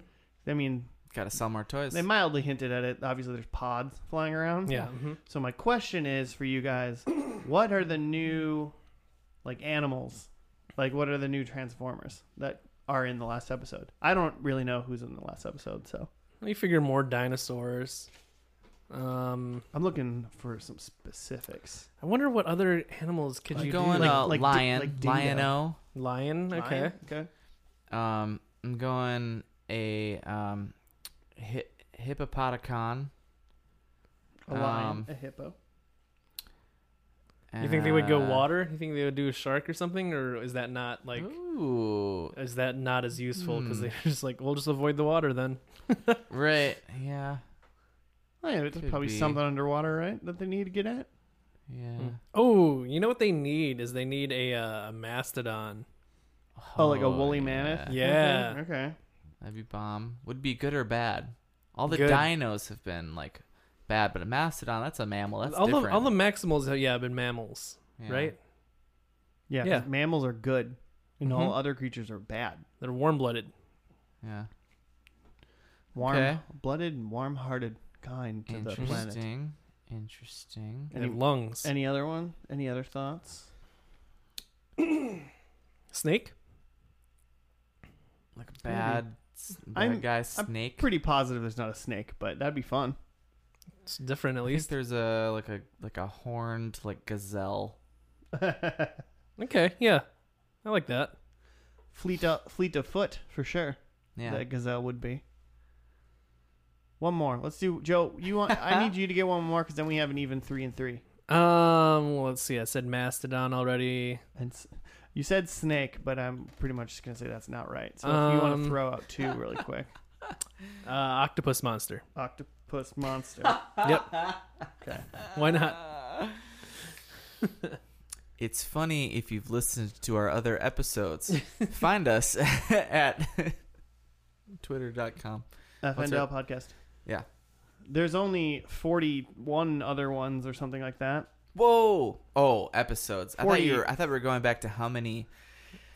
Speaker 1: I mean,
Speaker 2: Gotta sell more toys.
Speaker 1: they mildly hinted at it. Obviously, there's pods flying around.
Speaker 3: Yeah. mhm.
Speaker 1: So my question is for you guys: What are the new, like animals? Like what are the new Transformers that are in the last episode? I don't really know who's in the last episode, so
Speaker 3: You figure more dinosaurs. Um,
Speaker 1: I'm looking for some specifics.
Speaker 3: I wonder what other animals could
Speaker 2: I'm
Speaker 3: you
Speaker 2: going
Speaker 3: do?
Speaker 2: uh,
Speaker 1: like di-
Speaker 2: lion,
Speaker 1: like dingo.
Speaker 2: lion-o.
Speaker 3: lion. Okay.
Speaker 1: Lion? Okay.
Speaker 2: Um, I'm going a um, hi- hippopotacon.
Speaker 1: A lion,
Speaker 2: Um,
Speaker 1: a hippo.
Speaker 3: You think they would go
Speaker 2: uh,
Speaker 3: water? You think they would do a shark or something, or is that not like?
Speaker 2: Ooh,
Speaker 3: Is that not as useful because
Speaker 2: Oh. Hmm.
Speaker 3: they're just like we'll just avoid the water then?
Speaker 2: right? Yeah,
Speaker 1: Oh, yeah, it's
Speaker 2: could
Speaker 1: probably
Speaker 2: be.
Speaker 1: something underwater, right? That they need to get at.
Speaker 2: yeah.
Speaker 1: Hmm.
Speaker 3: Oh, you know what they need is they need a, uh, a mastodon.
Speaker 1: Oh, like a woolly mammoth?
Speaker 2: Yeah.
Speaker 3: Yeah.
Speaker 1: Okay. okay.
Speaker 2: That'd be bomb. Would be good or bad? All the
Speaker 3: Good.
Speaker 2: dinos have been like bad, but a mastodon that's a mammal. That's
Speaker 3: all
Speaker 2: different.
Speaker 3: the all the maximals have yeah have been mammals,
Speaker 2: Yeah.
Speaker 3: right?
Speaker 1: Yeah, Mm-hmm. 'cause
Speaker 3: Yeah.
Speaker 1: mammals are good, and all
Speaker 3: Mhm.
Speaker 1: other creatures are bad.
Speaker 3: They're warm blooded.
Speaker 2: Yeah.
Speaker 1: Warm,
Speaker 2: Okay.
Speaker 1: blooded, and warm-hearted kind to the planet.
Speaker 2: Interesting. Interesting.
Speaker 3: They
Speaker 1: Any-
Speaker 3: have lungs.
Speaker 1: Any other one? Any other thoughts?
Speaker 3: Snake.
Speaker 2: Like a bad, s- bad
Speaker 1: I'm-
Speaker 2: guy
Speaker 1: I'm
Speaker 2: snake.
Speaker 1: Pretty positive there's not a snake, but that'd be fun.
Speaker 3: It's different at
Speaker 2: I think
Speaker 3: least.
Speaker 2: there's a like a like a horned like gazelle.
Speaker 3: Okay, yeah, I like that.
Speaker 1: fleet of, fleet of foot for sure.
Speaker 2: Yeah.
Speaker 1: That gazelle would be. One more. Let's do Joe. You want? I need you to get one more because then we have an even three and three.
Speaker 3: Um, well, let's see. I said mastodon already.
Speaker 1: And s- you said snake, but I'm pretty much just gonna say that's not right. So if you want
Speaker 3: Um.
Speaker 1: to throw out two really quick,
Speaker 3: Uh, octopus monster.
Speaker 1: octopus monster.
Speaker 3: Why not?
Speaker 2: It's funny if you've listened to our other episodes. Find us at twitter.com. What's
Speaker 1: FNL podcast.
Speaker 2: Yeah.
Speaker 1: There's only 41 other ones or something like that.
Speaker 2: Whoa! Oh, episodes. I thought you
Speaker 1: Forty.
Speaker 2: were. I thought we were going back to how many.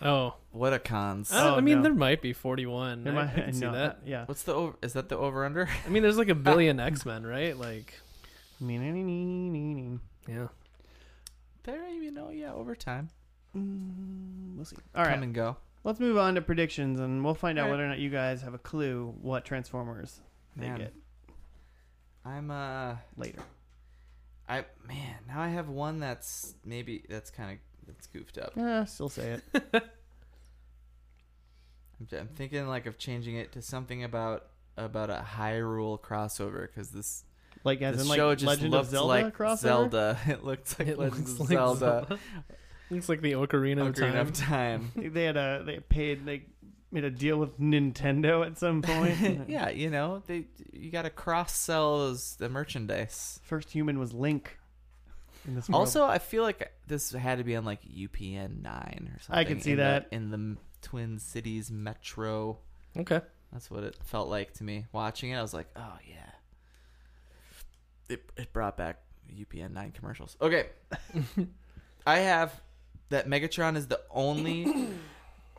Speaker 3: Oh,
Speaker 2: What a cons.
Speaker 3: I, don't-
Speaker 1: Oh,
Speaker 3: I mean,
Speaker 1: no.
Speaker 3: there might be forty-one.
Speaker 1: There
Speaker 3: I,
Speaker 1: might-
Speaker 3: I can see
Speaker 1: no,
Speaker 3: that.
Speaker 1: Yeah.
Speaker 2: What's the over? Is that the over under?
Speaker 3: I mean,
Speaker 2: Ah.
Speaker 3: there's like a billion X-Men, right? Like,
Speaker 1: Mm,
Speaker 3: yeah.
Speaker 2: There, you know, yeah, over time.
Speaker 1: Mm, We'll see. All right.
Speaker 2: Come and go.
Speaker 1: Let's move on to predictions, and we'll find out
Speaker 2: All right.
Speaker 1: whether or not you guys have a clue what Transformers they
Speaker 2: Man,
Speaker 1: get
Speaker 2: I'm uh,
Speaker 1: later.
Speaker 2: I man, now I have one that's maybe that's kind of that's goofed up.
Speaker 1: Eh, still say it.
Speaker 2: I'm, I'm thinking like of changing it to something about about a Hyrule crossover because this
Speaker 1: Like as
Speaker 2: this
Speaker 1: in like
Speaker 2: show just
Speaker 1: Legend of
Speaker 2: looks
Speaker 1: Zelda
Speaker 2: like
Speaker 1: crossover.
Speaker 2: Zelda. It looks like
Speaker 3: It
Speaker 2: Legend
Speaker 3: looks
Speaker 2: of
Speaker 3: like
Speaker 2: Zelda.
Speaker 3: Looks like the Ocarina, of
Speaker 2: Ocarina
Speaker 3: Time.
Speaker 2: of Time.
Speaker 1: They had a they paid they made a deal with Nintendo at some point.
Speaker 2: yeah, you know they you got to cross sell those the merchandise.
Speaker 1: First human was Link. In this world.
Speaker 2: Also, I feel like this had to be on like UPN nine or something.
Speaker 1: I can see
Speaker 2: in the-
Speaker 1: that.
Speaker 2: in the M- Twin Cities Metro.
Speaker 3: Okay.
Speaker 2: That's what it felt like to me watching it. I was like, oh yeah. It it brought back UPN nine commercials. Okay, I have that Megatron is the only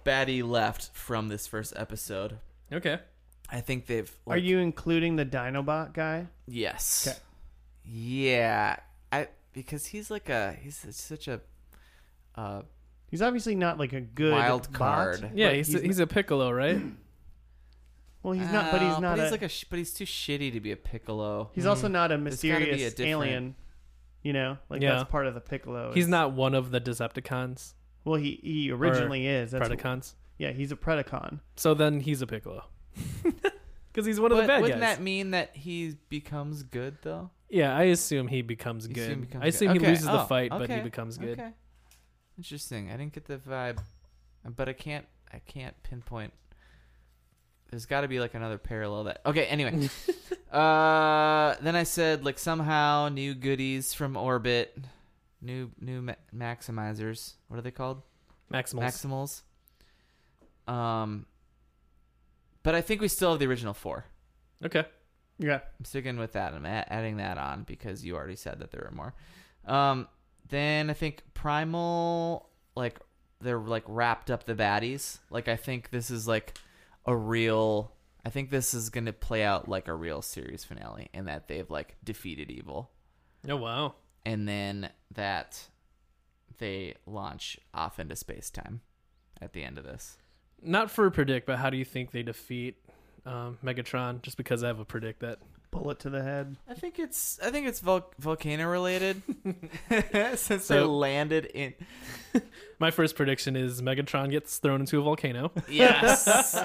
Speaker 2: baddie left from this first episode.
Speaker 3: Okay.
Speaker 2: I think they've.
Speaker 1: are you including the Dinobot guy?
Speaker 2: Yes.
Speaker 1: 'Kay.
Speaker 2: Yeah, I because he's like a he's such a. Uh,
Speaker 1: He's obviously not like a good
Speaker 2: Wild
Speaker 1: bot,
Speaker 2: card.
Speaker 1: but
Speaker 3: Yeah, he's he's,
Speaker 1: not-
Speaker 3: a Piccolo, right?
Speaker 1: well, he's not, but he's
Speaker 2: Oh,
Speaker 1: not.
Speaker 2: But he's
Speaker 1: a,
Speaker 2: like a. sh- But he's too shitty to be a Piccolo. Mm.
Speaker 1: he's also not a
Speaker 2: There's gotta be a
Speaker 1: mysterious
Speaker 2: different-
Speaker 1: alien. You know, like
Speaker 3: Yeah.
Speaker 1: that's part of the
Speaker 2: Oh,
Speaker 1: Piccolo.
Speaker 3: He's
Speaker 1: is-
Speaker 3: not one of the Decepticons,
Speaker 1: Well, he he originally is. That's
Speaker 3: Predacons.
Speaker 1: Yeah, he's a Predacon.
Speaker 3: So then he's a Piccolo. Because he's one of
Speaker 2: but
Speaker 3: the bad guys.
Speaker 2: wouldn't that mean that he becomes good though?
Speaker 3: Yeah, I assume he becomes
Speaker 2: You
Speaker 3: good.
Speaker 2: assume becomes
Speaker 3: I assume
Speaker 2: good.
Speaker 3: he
Speaker 2: Okay.
Speaker 3: loses the
Speaker 2: Oh,
Speaker 3: fight, but he
Speaker 2: okay.
Speaker 3: becomes good.
Speaker 2: Okay. Interesting. I didn't get the vibe, but I can't. I can't pinpoint. There's got to be like another parallel that. Okay. Anyway, uh, then I said like somehow new goodies from orbit, new new ma- maximizers. What are they called?
Speaker 3: Maximals.
Speaker 2: Maximals. Um, But I think we still have the original four.
Speaker 3: Okay.
Speaker 1: Yeah.
Speaker 2: I'm sticking with that. I'm a- adding that on because you already said that there were more. Um, then I think Primal, like they're like wrapped up the baddies. Like I think this is like a real. I think this is gonna play out like a real series finale, in that they've like defeated evil,
Speaker 3: Oh wow.
Speaker 2: and then that they launch off into space time at the end of this.
Speaker 3: Not for predict, but how do you think they defeat um, Megatron? Just because I have a predict that.
Speaker 1: Bullet to the head.
Speaker 2: I think it's I think it's vol- volcano related since they
Speaker 3: So-
Speaker 2: landed in
Speaker 3: My first prediction is Megatron gets thrown into a volcano.
Speaker 2: Yes,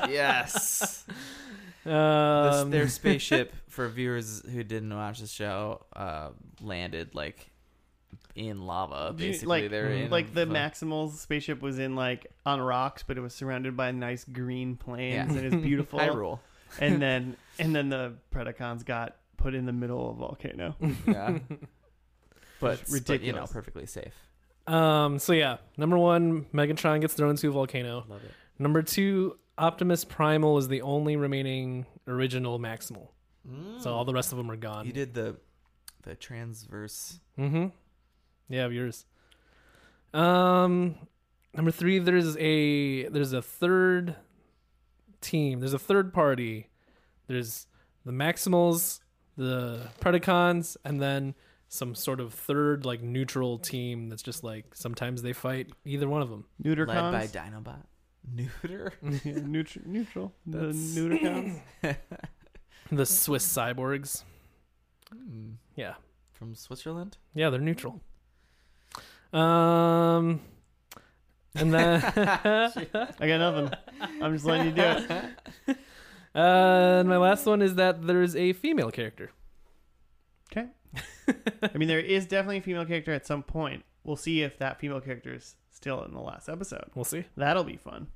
Speaker 2: yes. This-
Speaker 3: Um,
Speaker 2: their spaceship, for viewers who didn't watch the show, uh, landed like in lava.
Speaker 1: Do you-
Speaker 2: Basically,
Speaker 1: like-
Speaker 2: they're in
Speaker 1: Like the
Speaker 2: fu-
Speaker 1: Maximals spaceship was in like on rocks, but it was surrounded by nice green plains
Speaker 2: Yeah.
Speaker 1: and it's beautiful.
Speaker 2: Hyrule.
Speaker 1: and then and then the Predacons got put in the middle of a volcano.
Speaker 2: Yeah, but But, you know,
Speaker 1: ridiculous.
Speaker 2: perfectly safe.
Speaker 3: um. So yeah, number one, Megatron gets thrown into a volcano.
Speaker 2: Love it.
Speaker 3: Number two, Optimus Primal is the only remaining original Maximal. So all the rest of them are gone.
Speaker 2: You did the the transverse.
Speaker 3: Mm-hmm. Yeah, of yours. Um, number three, there's a there's a third team. There's a third party. There's the Maximals, the Predacons, and then some sort of third like neutral team that's just like sometimes they fight either one of them.
Speaker 1: Neuter
Speaker 2: led by
Speaker 1: cons.
Speaker 2: Dinobot. Neuter.
Speaker 1: neutral, neutral. The
Speaker 2: That's-
Speaker 1: neuter cons.
Speaker 3: The Swiss cyborgs.
Speaker 2: Hmm.
Speaker 3: Yeah.
Speaker 2: From Switzerland.
Speaker 3: Yeah, they're neutral. Um and then
Speaker 1: I got nothing. I'm just letting you do it.
Speaker 3: Uh, and my last one is that there's a female character.
Speaker 1: Okay. I mean, there is definitely a female character at some point. We'll see if that female character is still in the last episode.
Speaker 3: We'll see.
Speaker 1: That'll be fun.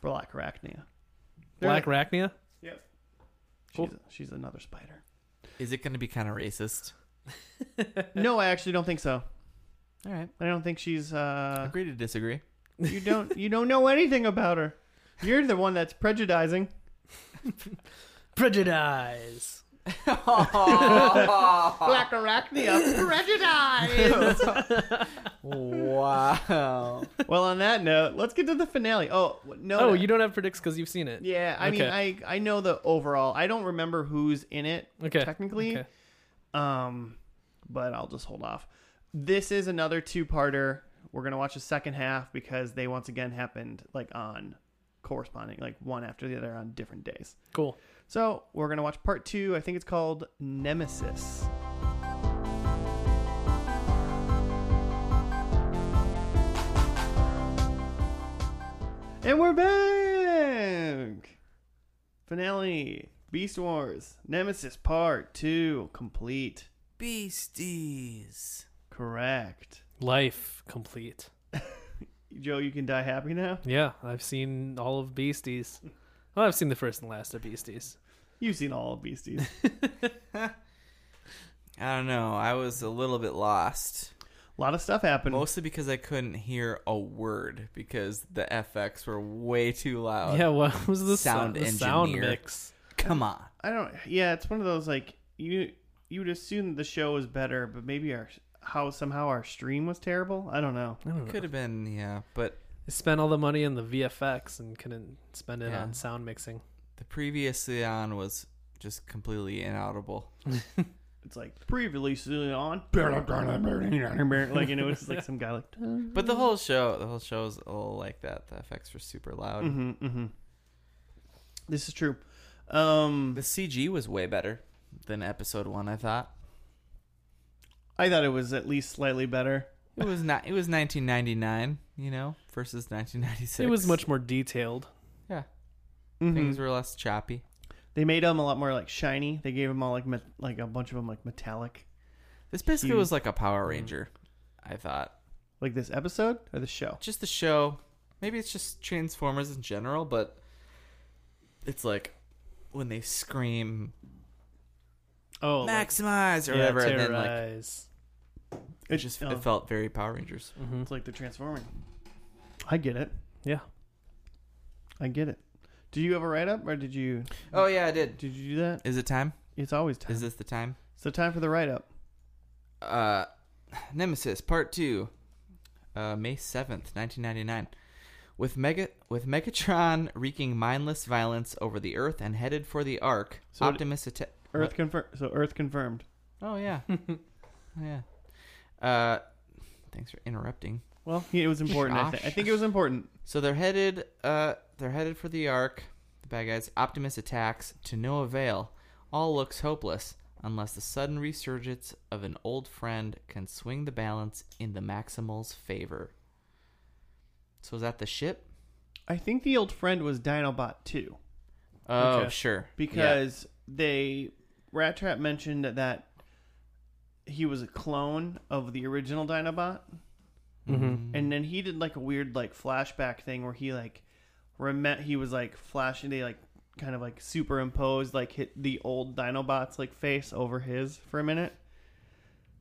Speaker 1: Black Arachnia.
Speaker 3: Black Arachnia.
Speaker 1: She's, she's another spider.
Speaker 2: Is it going to be kind of racist?
Speaker 1: No, I actually don't think so.
Speaker 2: All right.
Speaker 1: I don't think she's. Uh,
Speaker 2: Agree to disagree.
Speaker 1: you don't. You don't know anything about her. You're the one that's prejudicing.
Speaker 3: Prejudice. Ah.
Speaker 1: Black Arachnia. Prejudice.
Speaker 2: wow.
Speaker 1: well, on that note, let's get to the finale. Oh no.
Speaker 3: Oh, you don't have predicts because you've seen it.
Speaker 1: Yeah, I mean, I I know the overall. I don't remember who's in it
Speaker 3: Okay.
Speaker 1: technically,
Speaker 3: Okay.
Speaker 1: um, but I'll just hold off. This is another two-parter. We're gonna watch the second half because they once again happened like on corresponding, like one after the other on different days.
Speaker 3: Cool.
Speaker 1: So we're gonna watch part two. I think it's called Nemesis. And we're back. Finale. Beast Wars Nemesis Part Two complete.
Speaker 2: Beasties.
Speaker 1: Correct.
Speaker 3: Life complete.
Speaker 1: Joe, you can die happy now.
Speaker 3: Yeah, I've seen all of Beasties. Well, I've seen the first and last of Beasties.
Speaker 1: You've seen all of Beasties.
Speaker 2: I don't know. I was a little bit lost.
Speaker 1: A lot of stuff happened.
Speaker 2: Mostly because I couldn't hear a word because the FX were way too loud.
Speaker 3: yeah, what was the sound,
Speaker 2: Uh, sound
Speaker 3: the sound
Speaker 2: engineer.
Speaker 3: mix?
Speaker 2: Come on.
Speaker 1: I don't. Yeah, it's one of those like you you would assume the show was better, but maybe our how somehow our stream was terrible. I don't know.
Speaker 3: I don't know.
Speaker 2: Could have been, yeah. But
Speaker 3: They spent all the money on the VFX and couldn't spend it
Speaker 2: Yeah.
Speaker 3: on sound mixing.
Speaker 2: the previously on was just completely inaudible.
Speaker 1: It's like previously on, like and it was like some guy like.
Speaker 2: But the whole show, the whole show was all like that. The FX were super loud.
Speaker 3: Mm-hmm.
Speaker 1: hmm hmm This is true. Um,
Speaker 2: The CG was way better than episode one. I thought
Speaker 1: I thought it was at least slightly better.
Speaker 2: it was not. It was 1999, you know, versus 1996.
Speaker 3: It was much Mm-hmm. more detailed.
Speaker 2: Yeah,
Speaker 1: Mhm.
Speaker 2: things were less choppy.
Speaker 1: They made them a lot more like shiny. They gave them all like met- like a bunch of them like metallic.
Speaker 2: This basically
Speaker 1: Huge.
Speaker 2: was like a Power Ranger, I thought.
Speaker 1: Like this episode or the show.
Speaker 2: Just the show. Maybe it's just Transformers in general, but it's like when they scream
Speaker 3: Oh, like,
Speaker 2: maximize or
Speaker 3: yeah,
Speaker 2: whatever, and then like
Speaker 3: terrorize.
Speaker 2: it just
Speaker 1: oh,
Speaker 2: it felt very Power Rangers.
Speaker 1: Mm-hmm. it's like they're transforming. I get it.
Speaker 3: Yeah.
Speaker 1: I get it. Did you have a write up or did you
Speaker 2: Oh yeah, I did.
Speaker 1: did you do that?
Speaker 2: Is it time?
Speaker 1: It's always time.
Speaker 2: Is this the time?
Speaker 1: so time for the write up.
Speaker 2: Uh, Nemesis Part Two, uh, May seventh, nineteen ninety nine. With Mega with Megatron wreaking mindless violence over the Earth and headed for the Ark,
Speaker 1: So it-
Speaker 2: Optimus atta-
Speaker 1: Earth confirmed. So Earth confirmed.
Speaker 2: Oh yeah, yeah. Uh, thanks for interrupting.
Speaker 1: Well, yeah, it was important. I, th- I
Speaker 2: Josh.
Speaker 1: think it was important.
Speaker 2: So they're headed uh they're headed for the Ark. The bad guys Optimus attacks to no avail. All looks hopeless unless the sudden resurgence of an old friend can swing the balance in the Maximal's favor. So is that the ship?
Speaker 1: I think the old friend was Dinobot too,
Speaker 2: Oh,
Speaker 3: Okay.
Speaker 2: sure. Yeah.
Speaker 1: because they Rat Trap mentioned that he was a clone of the original Dinobot,
Speaker 3: Mm-hmm.
Speaker 2: Mm.
Speaker 1: and then he did like a weird like flashback thing where he like remet he was like flashing they like kind of like superimposed like hit the old Dinobot's like face over his for a minute.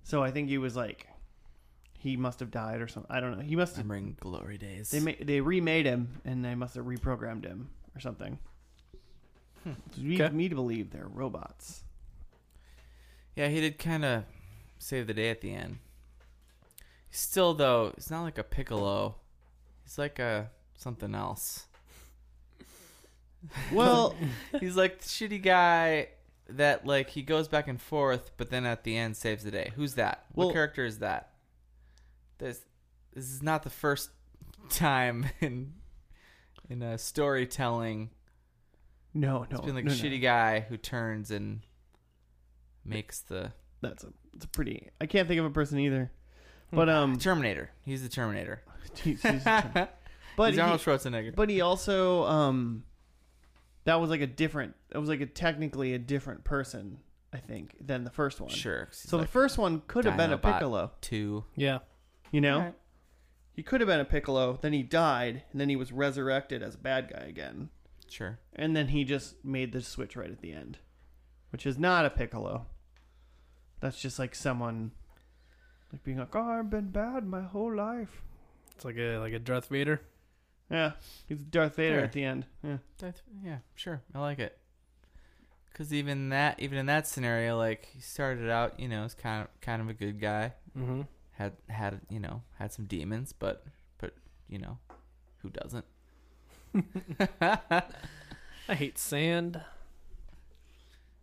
Speaker 1: So I think he was like he must have died or something. I don't know. He must have
Speaker 2: remembering glory days.
Speaker 1: They ma- they remade him and they must have reprogrammed him or something.
Speaker 2: Hmm.
Speaker 1: Lead
Speaker 3: Okay.
Speaker 1: me to believe they're robots.
Speaker 2: yeah, he did kind of save the day at the end. Still though, it's not like a Piccolo. He's like a something else.
Speaker 1: Well,
Speaker 2: He's like the shitty guy that like he goes back and forth, but then at the end saves the day. Who's that?
Speaker 1: Well-
Speaker 2: what character is that? This this is not the first time in in uh, storytelling.
Speaker 1: no, no,
Speaker 2: It's been like
Speaker 1: no,
Speaker 2: a
Speaker 1: no.
Speaker 2: shitty guy who turns and makes the
Speaker 1: That's a it's a pretty. I can't think of a person either. But
Speaker 2: Hmm.
Speaker 1: um,
Speaker 2: Terminator. He's the Terminator.
Speaker 1: geez, he's a term. but
Speaker 2: He's Arnold
Speaker 1: he,
Speaker 2: Schwarzenegger.
Speaker 1: but he also um, that was like a different. It was like a technically a different person, I think, than the first one.
Speaker 2: Sure. 'cause he's
Speaker 1: So
Speaker 2: like
Speaker 1: the first one could have been a
Speaker 2: Dinobot.
Speaker 1: Piccolo,
Speaker 2: two.
Speaker 3: Yeah.
Speaker 1: you know.
Speaker 2: Alright.
Speaker 1: He could have been a Piccolo. Then he died, and then he was resurrected as a bad guy again.
Speaker 2: Sure.
Speaker 1: And then he just made the switch right at the end, which is not a Piccolo. That's just like someone like being like, "Oh, I've been bad my whole life."
Speaker 3: It's like a like a Darth Vader.
Speaker 1: Yeah, he's Darth Vader
Speaker 2: Sure.
Speaker 1: at the end. Yeah.
Speaker 2: That's, yeah, sure. I like it. Cause even that, even in that scenario, like he started out, you know, as kind of kind of a good guy.
Speaker 3: Mm-hmm.
Speaker 2: Had had you know had some demons, but but you know, who doesn't?
Speaker 3: I hate sand.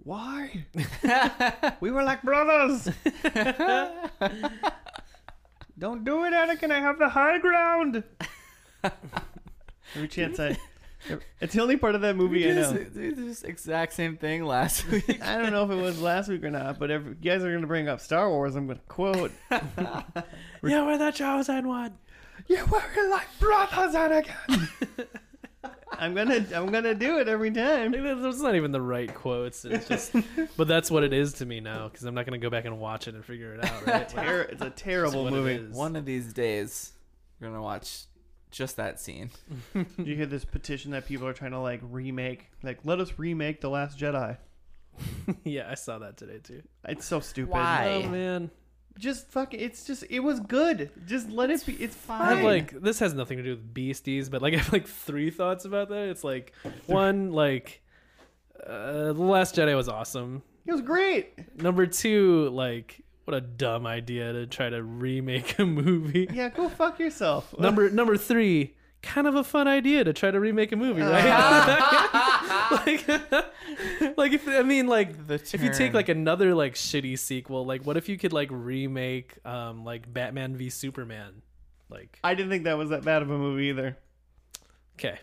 Speaker 1: Why? we were like brothers. Don't do it, Anakin. I have the high ground. Every chance I. It's the only part of that
Speaker 2: we
Speaker 1: movie I
Speaker 2: did
Speaker 1: know.
Speaker 2: this, we did this exact same thing last week.
Speaker 1: I don't know if it was last week or not, but if you guys are going to bring up Star Wars, I'm going to quote.
Speaker 3: yeah, we're the chosen one.
Speaker 1: You were like brothers, Anakin. I'm gonna, I'm gonna do it every time.
Speaker 3: It's not even the right quotes. It's just, but that's what it is to me now because I'm not gonna go back and watch it and figure it out. Right? Like,
Speaker 1: Ter- it's a terrible
Speaker 3: It's what it
Speaker 1: movie.
Speaker 3: is.
Speaker 2: One of these days, we're gonna watch just that scene.
Speaker 1: Did you hear this petition that people are trying to like remake? Like, let us remake the Last Jedi.
Speaker 3: yeah, I saw that today too.
Speaker 1: It's so stupid.
Speaker 2: Why? Hey.
Speaker 3: Oh man,
Speaker 1: Just fuck. It's just. It was good. Just let it be. It's
Speaker 3: I
Speaker 1: fine.
Speaker 3: have like this has nothing to do with beasties, but like I have like three thoughts about that. It's like one, like uh, the Last Jedi was awesome.
Speaker 1: it was great.
Speaker 3: Number two, like what a dumb idea to try to remake a movie.
Speaker 1: Yeah, go fuck yourself.
Speaker 3: Number number three, kind of a fun idea to try to remake a movie,
Speaker 1: Uh.
Speaker 3: right? like, like if I mean like
Speaker 2: The
Speaker 3: if you take
Speaker 2: turn.
Speaker 3: like another like shitty sequel, like what if you could like remake um like Batman v Superman? Like
Speaker 1: I didn't think that was that bad of a movie either.
Speaker 3: okay.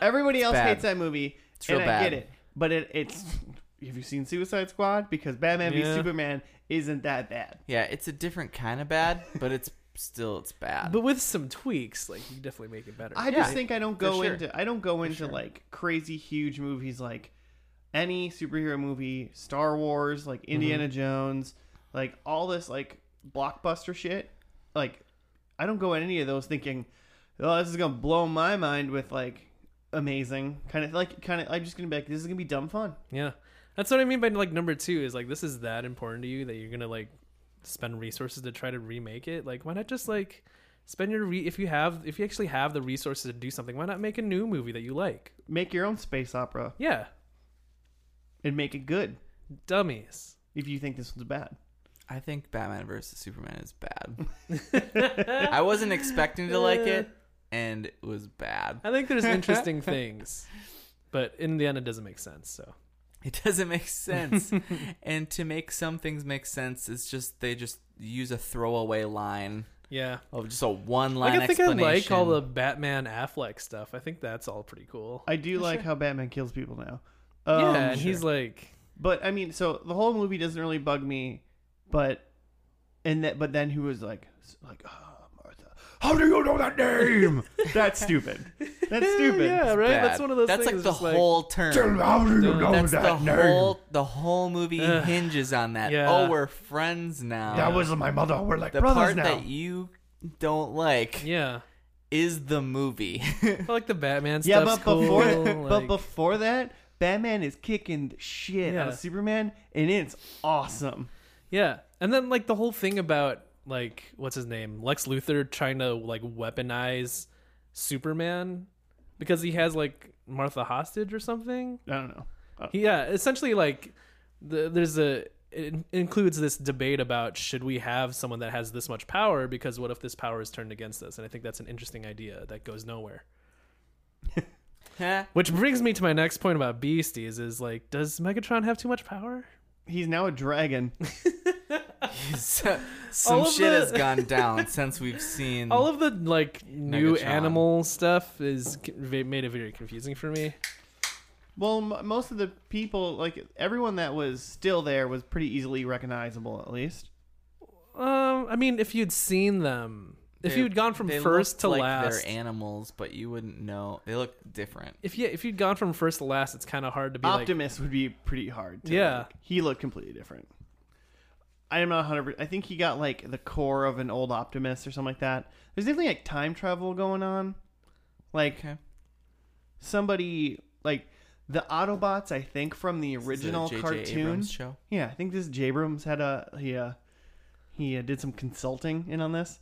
Speaker 1: Everybody else
Speaker 2: bad.
Speaker 1: hates that movie.
Speaker 2: It's real
Speaker 1: and I
Speaker 2: bad.
Speaker 1: get it. But it, it's have you seen Suicide Squad? Because Batman
Speaker 3: Yeah.
Speaker 1: v Superman isn't that bad.
Speaker 2: Yeah, it's a different kind of bad, but it's still it's bad.
Speaker 3: But with some tweaks, like you can definitely make it better.
Speaker 1: Uh. I just think I don't go
Speaker 2: sure.
Speaker 1: into I don't go into like crazy huge movies like any superhero movie, Star Wars,
Speaker 2: Mm-hmm.
Speaker 1: like Indiana Jones, like all this like blockbuster shit. Like I don't go in any of those thinking, "Oh, this is going to blow my mind with like amazing." Kind of like kind of I'm just going to be like, "This is going to be dumb fun."
Speaker 3: Yeah. That's what I mean by like number two is like this is that important to you that you're gonna like spend resources to try to remake it. Like why not just like spend your re- if you have if you actually have the resources to do something, why not make a new movie that you like?
Speaker 1: Make your own space opera
Speaker 3: Yeah,
Speaker 1: and make it good.
Speaker 3: dummies.
Speaker 1: If you think this one's bad,
Speaker 2: I think Batman versus Superman is bad. I wasn't expecting to like it, and it was bad.
Speaker 3: I think there's interesting things, but in the end, it doesn't make sense. So
Speaker 2: It doesn't make sense. and to make some things make sense, it's just they just use a throwaway line
Speaker 3: yeah,
Speaker 2: of just a one line
Speaker 3: like I think I like
Speaker 2: explanation.
Speaker 3: all the Batman Affleck stuff. I think that's all pretty cool.
Speaker 1: I do like how Batman kills people now. Um,
Speaker 3: yeah, and he's like,
Speaker 1: But I mean, so the whole movie doesn't really bug me, but and that but then he was like like oh, Martha, how do you know that name? That's stupid. That's stupid.
Speaker 3: yeah, right.
Speaker 2: bad.
Speaker 3: That's one of those.
Speaker 2: That's
Speaker 3: things
Speaker 2: like the
Speaker 3: just
Speaker 2: whole term.
Speaker 1: How do you know
Speaker 2: That's the
Speaker 1: that name?
Speaker 2: whole the whole movie
Speaker 3: Ugh.
Speaker 2: hinges on that.
Speaker 3: Yeah.
Speaker 2: Oh, we're friends now.
Speaker 1: That was my mother. We're like
Speaker 2: the
Speaker 1: brothers
Speaker 2: part
Speaker 1: now.
Speaker 2: that you don't like
Speaker 3: yeah.
Speaker 2: is the movie.
Speaker 3: I like the Batman
Speaker 1: yeah,
Speaker 3: stuff.
Speaker 1: but before
Speaker 3: cool.
Speaker 1: but
Speaker 3: like,
Speaker 1: before that, Batman is kicking the shit out of
Speaker 3: Yeah.
Speaker 1: Superman, and it's awesome.
Speaker 3: yeah, and then like the whole thing about like what's his name, Lex Luthor, trying to like weaponize Superman because he has like Martha hostage or something.
Speaker 1: I don't know. Uh,
Speaker 3: yeah essentially like the, there's a it includes this debate about should we have someone that has this much power because what if this power is turned against us and i think that's an interesting idea that goes nowhere
Speaker 2: Huh?
Speaker 3: which brings me to my next point about beasties is like does megatron have too much power
Speaker 1: He's now a dragon.
Speaker 2: So- some
Speaker 3: of
Speaker 2: shit
Speaker 3: the-
Speaker 2: has gone down since we've seen.
Speaker 3: all of the like new
Speaker 2: Megatron.
Speaker 3: animal stuff is c- ve- made it very confusing for me
Speaker 1: Well, m- most of the people, like everyone that was still there, was pretty easily recognizable, at least.
Speaker 3: um i mean if you'd seen them if
Speaker 2: they-
Speaker 3: you'd gone from
Speaker 2: they
Speaker 3: first
Speaker 2: looked
Speaker 3: to
Speaker 2: like
Speaker 3: last
Speaker 2: they're animals, but you wouldn't know. They look different.
Speaker 3: if you if you'd gone from first to last it's kind of hard to be like
Speaker 1: Optimus would be pretty hard. To
Speaker 3: Yeah.
Speaker 1: like- he looked completely different. I am not 100. I think he got like the core of an old Optimus or something like that. There's definitely like time travel going on. Like
Speaker 2: Okay.
Speaker 1: somebody like the Autobots. I think from the
Speaker 2: This is a
Speaker 1: original
Speaker 2: J.J.
Speaker 1: cartoon.
Speaker 2: Abrams show.
Speaker 1: Yeah, I think this Jabrams had a he uh, he uh, did some consulting in on this.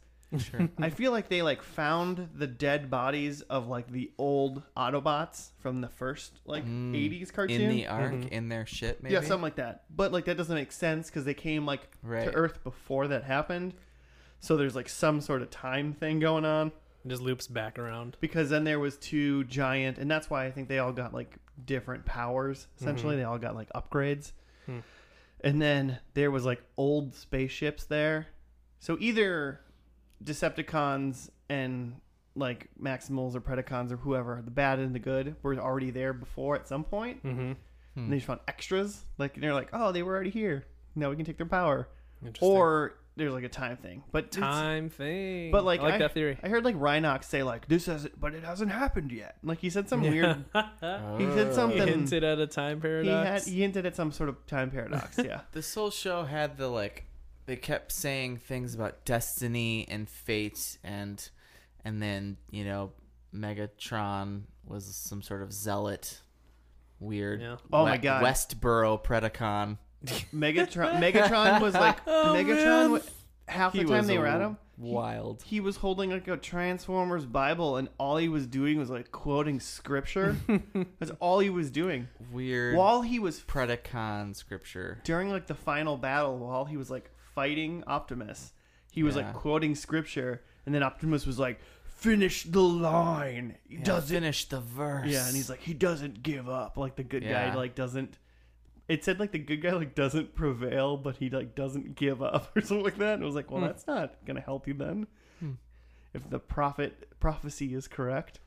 Speaker 2: Sure.
Speaker 1: I feel like they like found the dead bodies of like the old Autobots from the first like
Speaker 2: Mm.
Speaker 1: 80s cartoon. Mm-hmm.
Speaker 2: in the arc, in their shit, maybe.
Speaker 1: Yeah, something like that. But like that doesn't make sense because they came like
Speaker 2: Right.
Speaker 1: to Earth before that happened. So there's like some sort of time thing going on
Speaker 3: it just loops back around
Speaker 1: because then there was two giant, and that's why I think they all got like different powers. Essentially, they all got like upgrades.
Speaker 3: Mm-hmm. Hmm.
Speaker 1: And then there was like old spaceships there. So either Decepticons and like Maximals or Predacons or whoever, the bad and the good, were already there before at some point.
Speaker 3: mm-hmm
Speaker 1: And they just found extras. Like they're like, oh, they were already here. Now we can take their power.
Speaker 3: Interesting.
Speaker 1: Or there's like a time thing. But it's-
Speaker 3: time thing.
Speaker 1: But like,
Speaker 3: I like that theory.
Speaker 1: I heard like Rhinox say like this hasn't, but it hasn't happened yet. Like he said some weird.
Speaker 3: Oh.
Speaker 1: He said
Speaker 3: He
Speaker 1: something.
Speaker 3: hinted at a time
Speaker 1: He, had,
Speaker 3: paradox.
Speaker 1: he hinted at some sort of time paradox. Yeah.
Speaker 2: This whole show had the like they kept saying things about destiny and fate and and then, you know, Megatron was some sort of zealot weird
Speaker 3: Yeah.
Speaker 1: Oh my God.
Speaker 2: Westboro Predacon.
Speaker 1: Megatron. Megatron was like Megatron. wa- half the time they were at him,
Speaker 2: Wild.
Speaker 1: he was holding like a Transformers Bible, and all he was doing was like quoting scripture. That's all he was doing.
Speaker 2: Weird
Speaker 1: While he was
Speaker 2: Predacon scripture.
Speaker 1: during like the final battle while he was like fighting Optimus, he was
Speaker 2: Yeah.
Speaker 1: like quoting scripture, and then Optimus was like, "Finish the line." He
Speaker 2: Yeah,
Speaker 1: doesn't.
Speaker 2: finish the verse.
Speaker 1: Yeah, and he's like, he doesn't give up. Like the good
Speaker 2: Yeah.
Speaker 1: guy, like doesn't. It said like the good guy like doesn't prevail, but he like doesn't give up or something like that. And I was like,
Speaker 2: Hmm.
Speaker 1: well, that's not gonna help you then, if the prophet prophecy is correct.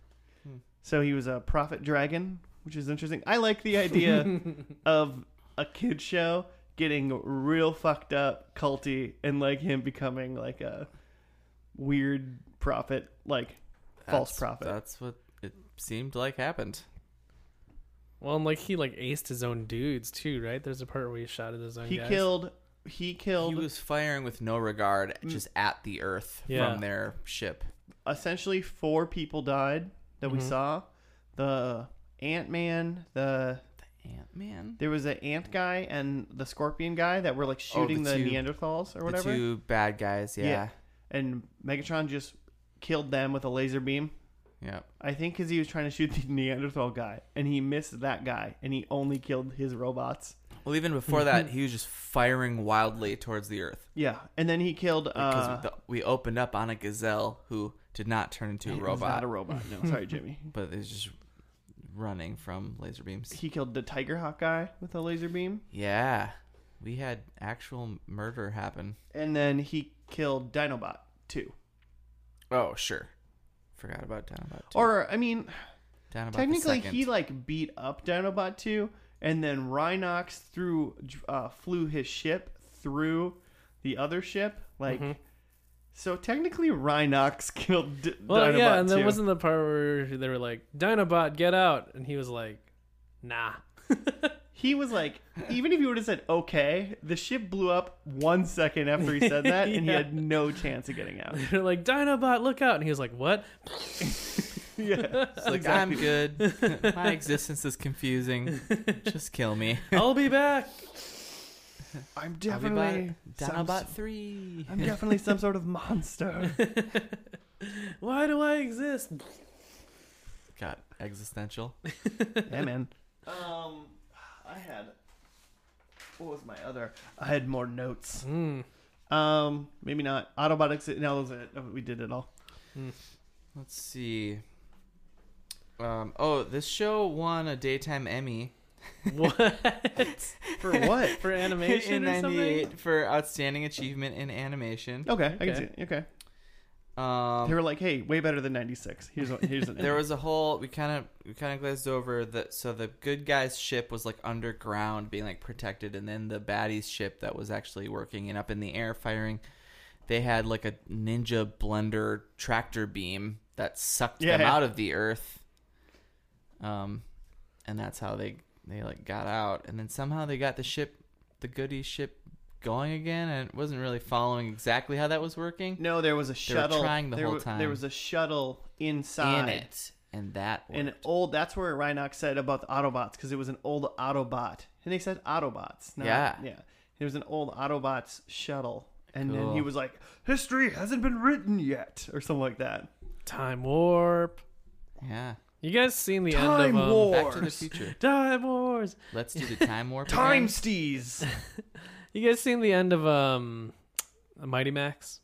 Speaker 2: Hmm.
Speaker 1: So he was a prophet dragon, which is interesting. I like the idea of a kid show getting real fucked up, culty, and like him becoming like a weird prophet, like false
Speaker 2: That's-
Speaker 1: prophet.
Speaker 2: That's what it seemed like happened.
Speaker 3: well, and like he like aced his own dudes too, right? There's a part where he shot at his own.
Speaker 1: He
Speaker 3: guys.
Speaker 1: killed. He killed.
Speaker 2: He was firing with no regard,
Speaker 1: Mm.
Speaker 2: just at the earth
Speaker 3: Yeah.
Speaker 2: from their ship.
Speaker 1: essentially, four people died that
Speaker 2: Mm-hmm.
Speaker 1: we saw. The Ant Man. The
Speaker 2: Ant Man,
Speaker 1: there was an ant guy and the scorpion guy that were like shooting the,
Speaker 2: Oh, two-
Speaker 1: Neanderthals or
Speaker 2: the
Speaker 1: whatever.
Speaker 2: two bad guys. Yeah,
Speaker 1: And Megatron just killed them with a laser beam.
Speaker 2: Yeah.
Speaker 1: I think because he was trying to shoot the Neanderthal guy, and he missed that guy, and he only killed his robots.
Speaker 2: Well, even before that, he was just firing wildly towards the earth
Speaker 1: Yeah, and then he killed.
Speaker 2: because
Speaker 1: Uh,
Speaker 2: the, we opened up on a gazelle who did not turn into a
Speaker 1: it was
Speaker 2: robot,
Speaker 1: Not a robot. No, sorry, Jimmy.
Speaker 2: but is just running from laser beams.
Speaker 1: He killed the Tiger Hawk guy with a laser beam,
Speaker 2: Yeah, we had actual murder happen.
Speaker 1: and then he killed Dinobot too.
Speaker 2: Oh, sure. Forgot about Dinobot. Two.
Speaker 1: Or I mean,
Speaker 2: Dinobot the
Speaker 1: technically
Speaker 2: second.
Speaker 1: he like beat up Dinobot 2 and then Rhinox threw uh, flew his ship through the other ship like
Speaker 3: Mm-hmm.
Speaker 1: so technically Rhinox killed D-
Speaker 3: Well,
Speaker 1: Dinobot
Speaker 3: yeah, and then
Speaker 1: 2.
Speaker 3: wasn't the part where they were like, "Dinobot, get out," and he was like, "Nah."
Speaker 1: he was like even if you would have said okay the ship blew up 1 second after he said that and he
Speaker 3: Yeah.
Speaker 1: had no chance of getting out
Speaker 3: They're like, "Dinobot, look out!" and he was like, "What?"
Speaker 1: yeah
Speaker 2: It's like I'm good. My existence is confusing. Just kill me.
Speaker 3: I'll be back.
Speaker 1: I'm
Speaker 2: I'll be
Speaker 1: definitely
Speaker 2: back.
Speaker 1: some-
Speaker 2: Dinobot three.
Speaker 1: I'm definitely some sort of monster
Speaker 3: Why do I exist?
Speaker 2: Got existential.
Speaker 1: yeah, man. Um, I had what was my other? I had more notes.
Speaker 3: Hmm.
Speaker 1: Um, maybe not Autobotics. No, that was it. No, We did it all.
Speaker 2: Let's see. Um, oh, this show won a daytime Emmy
Speaker 3: What
Speaker 1: For what?
Speaker 3: for animation
Speaker 2: in
Speaker 3: or something?
Speaker 2: '98 for outstanding achievement in animation.
Speaker 1: okay, I can
Speaker 3: Okay.
Speaker 1: see. It. Okay, Oh, they
Speaker 2: Um,
Speaker 1: were like, "Hey, way better than '96." Here's what, here's an
Speaker 2: there was a whole we kind of we kind of glazed over that. So the good guys' ship was like underground, being like protected, and then the baddies' ship that was actually working and up in the air firing. They had like a ninja blender tractor beam that sucked them
Speaker 1: Yeah.
Speaker 2: out of the earth. Um, and that's how they they like got out, and then somehow they got the ship, the goodies ship, going again, and it wasn't really following exactly how that was working.
Speaker 1: no, there was a
Speaker 2: were
Speaker 1: shuttle.
Speaker 2: trying the
Speaker 1: there
Speaker 2: whole
Speaker 1: wa-
Speaker 2: time.
Speaker 1: There was a shuttle inside.
Speaker 2: in it, and that
Speaker 1: An
Speaker 2: worked.
Speaker 1: old. That's where Rhinox said about the Autobots because it was an old Autobot, and they said Autobots. Not,
Speaker 2: Yeah.
Speaker 1: yeah. It was an old Autobots shuttle, and then he
Speaker 2: Cool.
Speaker 1: was like, "History hasn't been written yet," or something like that.
Speaker 3: Time warp.
Speaker 2: yeah.
Speaker 3: You guys seen the
Speaker 1: Time
Speaker 3: end of um,
Speaker 1: warp.
Speaker 2: Back to the
Speaker 1: Wars.
Speaker 2: future.
Speaker 3: Time wars.
Speaker 2: Let's do the time warp.
Speaker 1: Time
Speaker 2: again.
Speaker 1: steez.
Speaker 3: You guys seen the end of um, Mighty Max?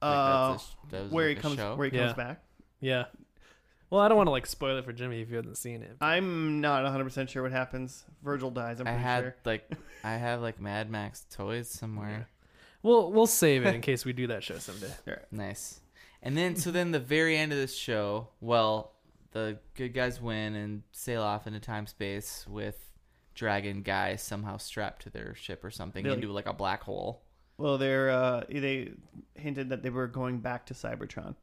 Speaker 1: Uh,
Speaker 2: Like, that's a sh- that was
Speaker 1: where
Speaker 2: like
Speaker 1: he
Speaker 2: a
Speaker 1: comes,
Speaker 2: show.
Speaker 1: where he
Speaker 3: Yeah.
Speaker 1: comes back.
Speaker 3: Yeah. Well, I don't want to like spoil it for Jimmy if you haven't seen it.
Speaker 1: I'm not 100 percent sure what happens. Virgil dies. I'm
Speaker 2: I
Speaker 1: pretty
Speaker 2: had
Speaker 1: sure.
Speaker 2: like I have like Mad Max toys somewhere.
Speaker 3: We'll we'll save it in case we do that show someday.
Speaker 2: Nice. And then so then the very end of this show, well, the good guys win and sail off into time space with dragon guy somehow strapped to their ship or something
Speaker 1: They're like-
Speaker 2: into like a black hole.
Speaker 1: Well, they're uh, they hinted that they were going back to Cybertron,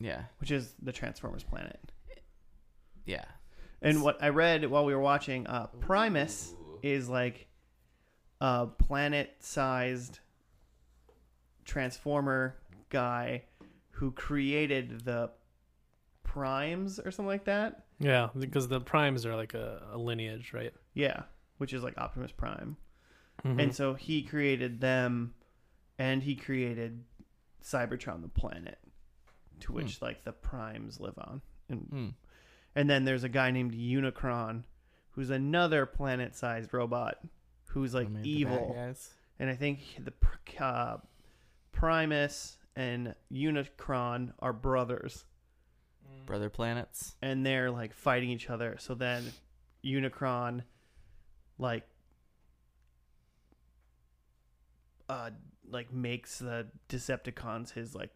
Speaker 2: Yeah.
Speaker 1: which is the Transformers planet.
Speaker 2: Yeah.
Speaker 1: And what I read while we were watching uh, Primus is like a planet-sized transformer guy who created the primes or something like that.
Speaker 3: Yeah, because the primes are like a, a lineage, right?
Speaker 1: Yeah, which is like Optimus Prime.
Speaker 2: Mm-hmm.
Speaker 3: Mhm.
Speaker 1: And so he created them and he created Cybertron the planet to which like the primes live on. And
Speaker 2: Hmm.
Speaker 1: and then there's a guy named Unicron who's another planet-sized robot who's like
Speaker 2: I made the bad
Speaker 1: evil.
Speaker 2: guys.
Speaker 1: And I think the pr- uh, Primus and Unicron are brothers
Speaker 2: Brother planets.
Speaker 1: and they're like fighting each other. So then Unicron like uh like makes the Decepticons his like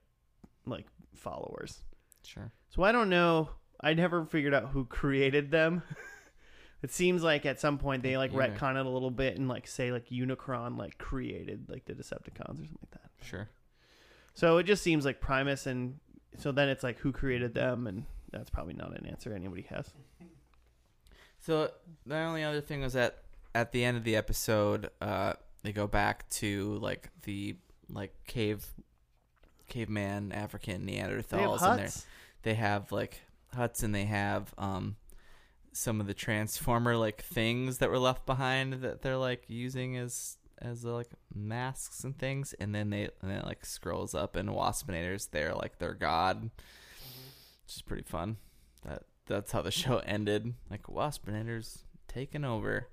Speaker 1: like followers.
Speaker 2: Sure.
Speaker 1: So I don't know. I never figured out who created them. it seems like at some point they like
Speaker 2: Uni-
Speaker 1: retcon it a little bit and like say like Unicron like created like the Decepticons or something like that.
Speaker 2: Sure.
Speaker 1: So it just seems like Primus and so then it's like who created them and that's probably not an answer anybody has.
Speaker 2: So the only other thing was that at the end of the episode, uh, they go back to like the like cave, caveman, African
Speaker 1: They have
Speaker 2: Neanderthals, and they're-
Speaker 1: huts.
Speaker 2: they have like huts, and they have um some of the transformer like things that were left behind that they're like using as as uh, like masks and things, and then they and then it, like scrolls up and Waspinator's there like their god, which is pretty fun. That that's how the show ended. Like Waspinator's taking over.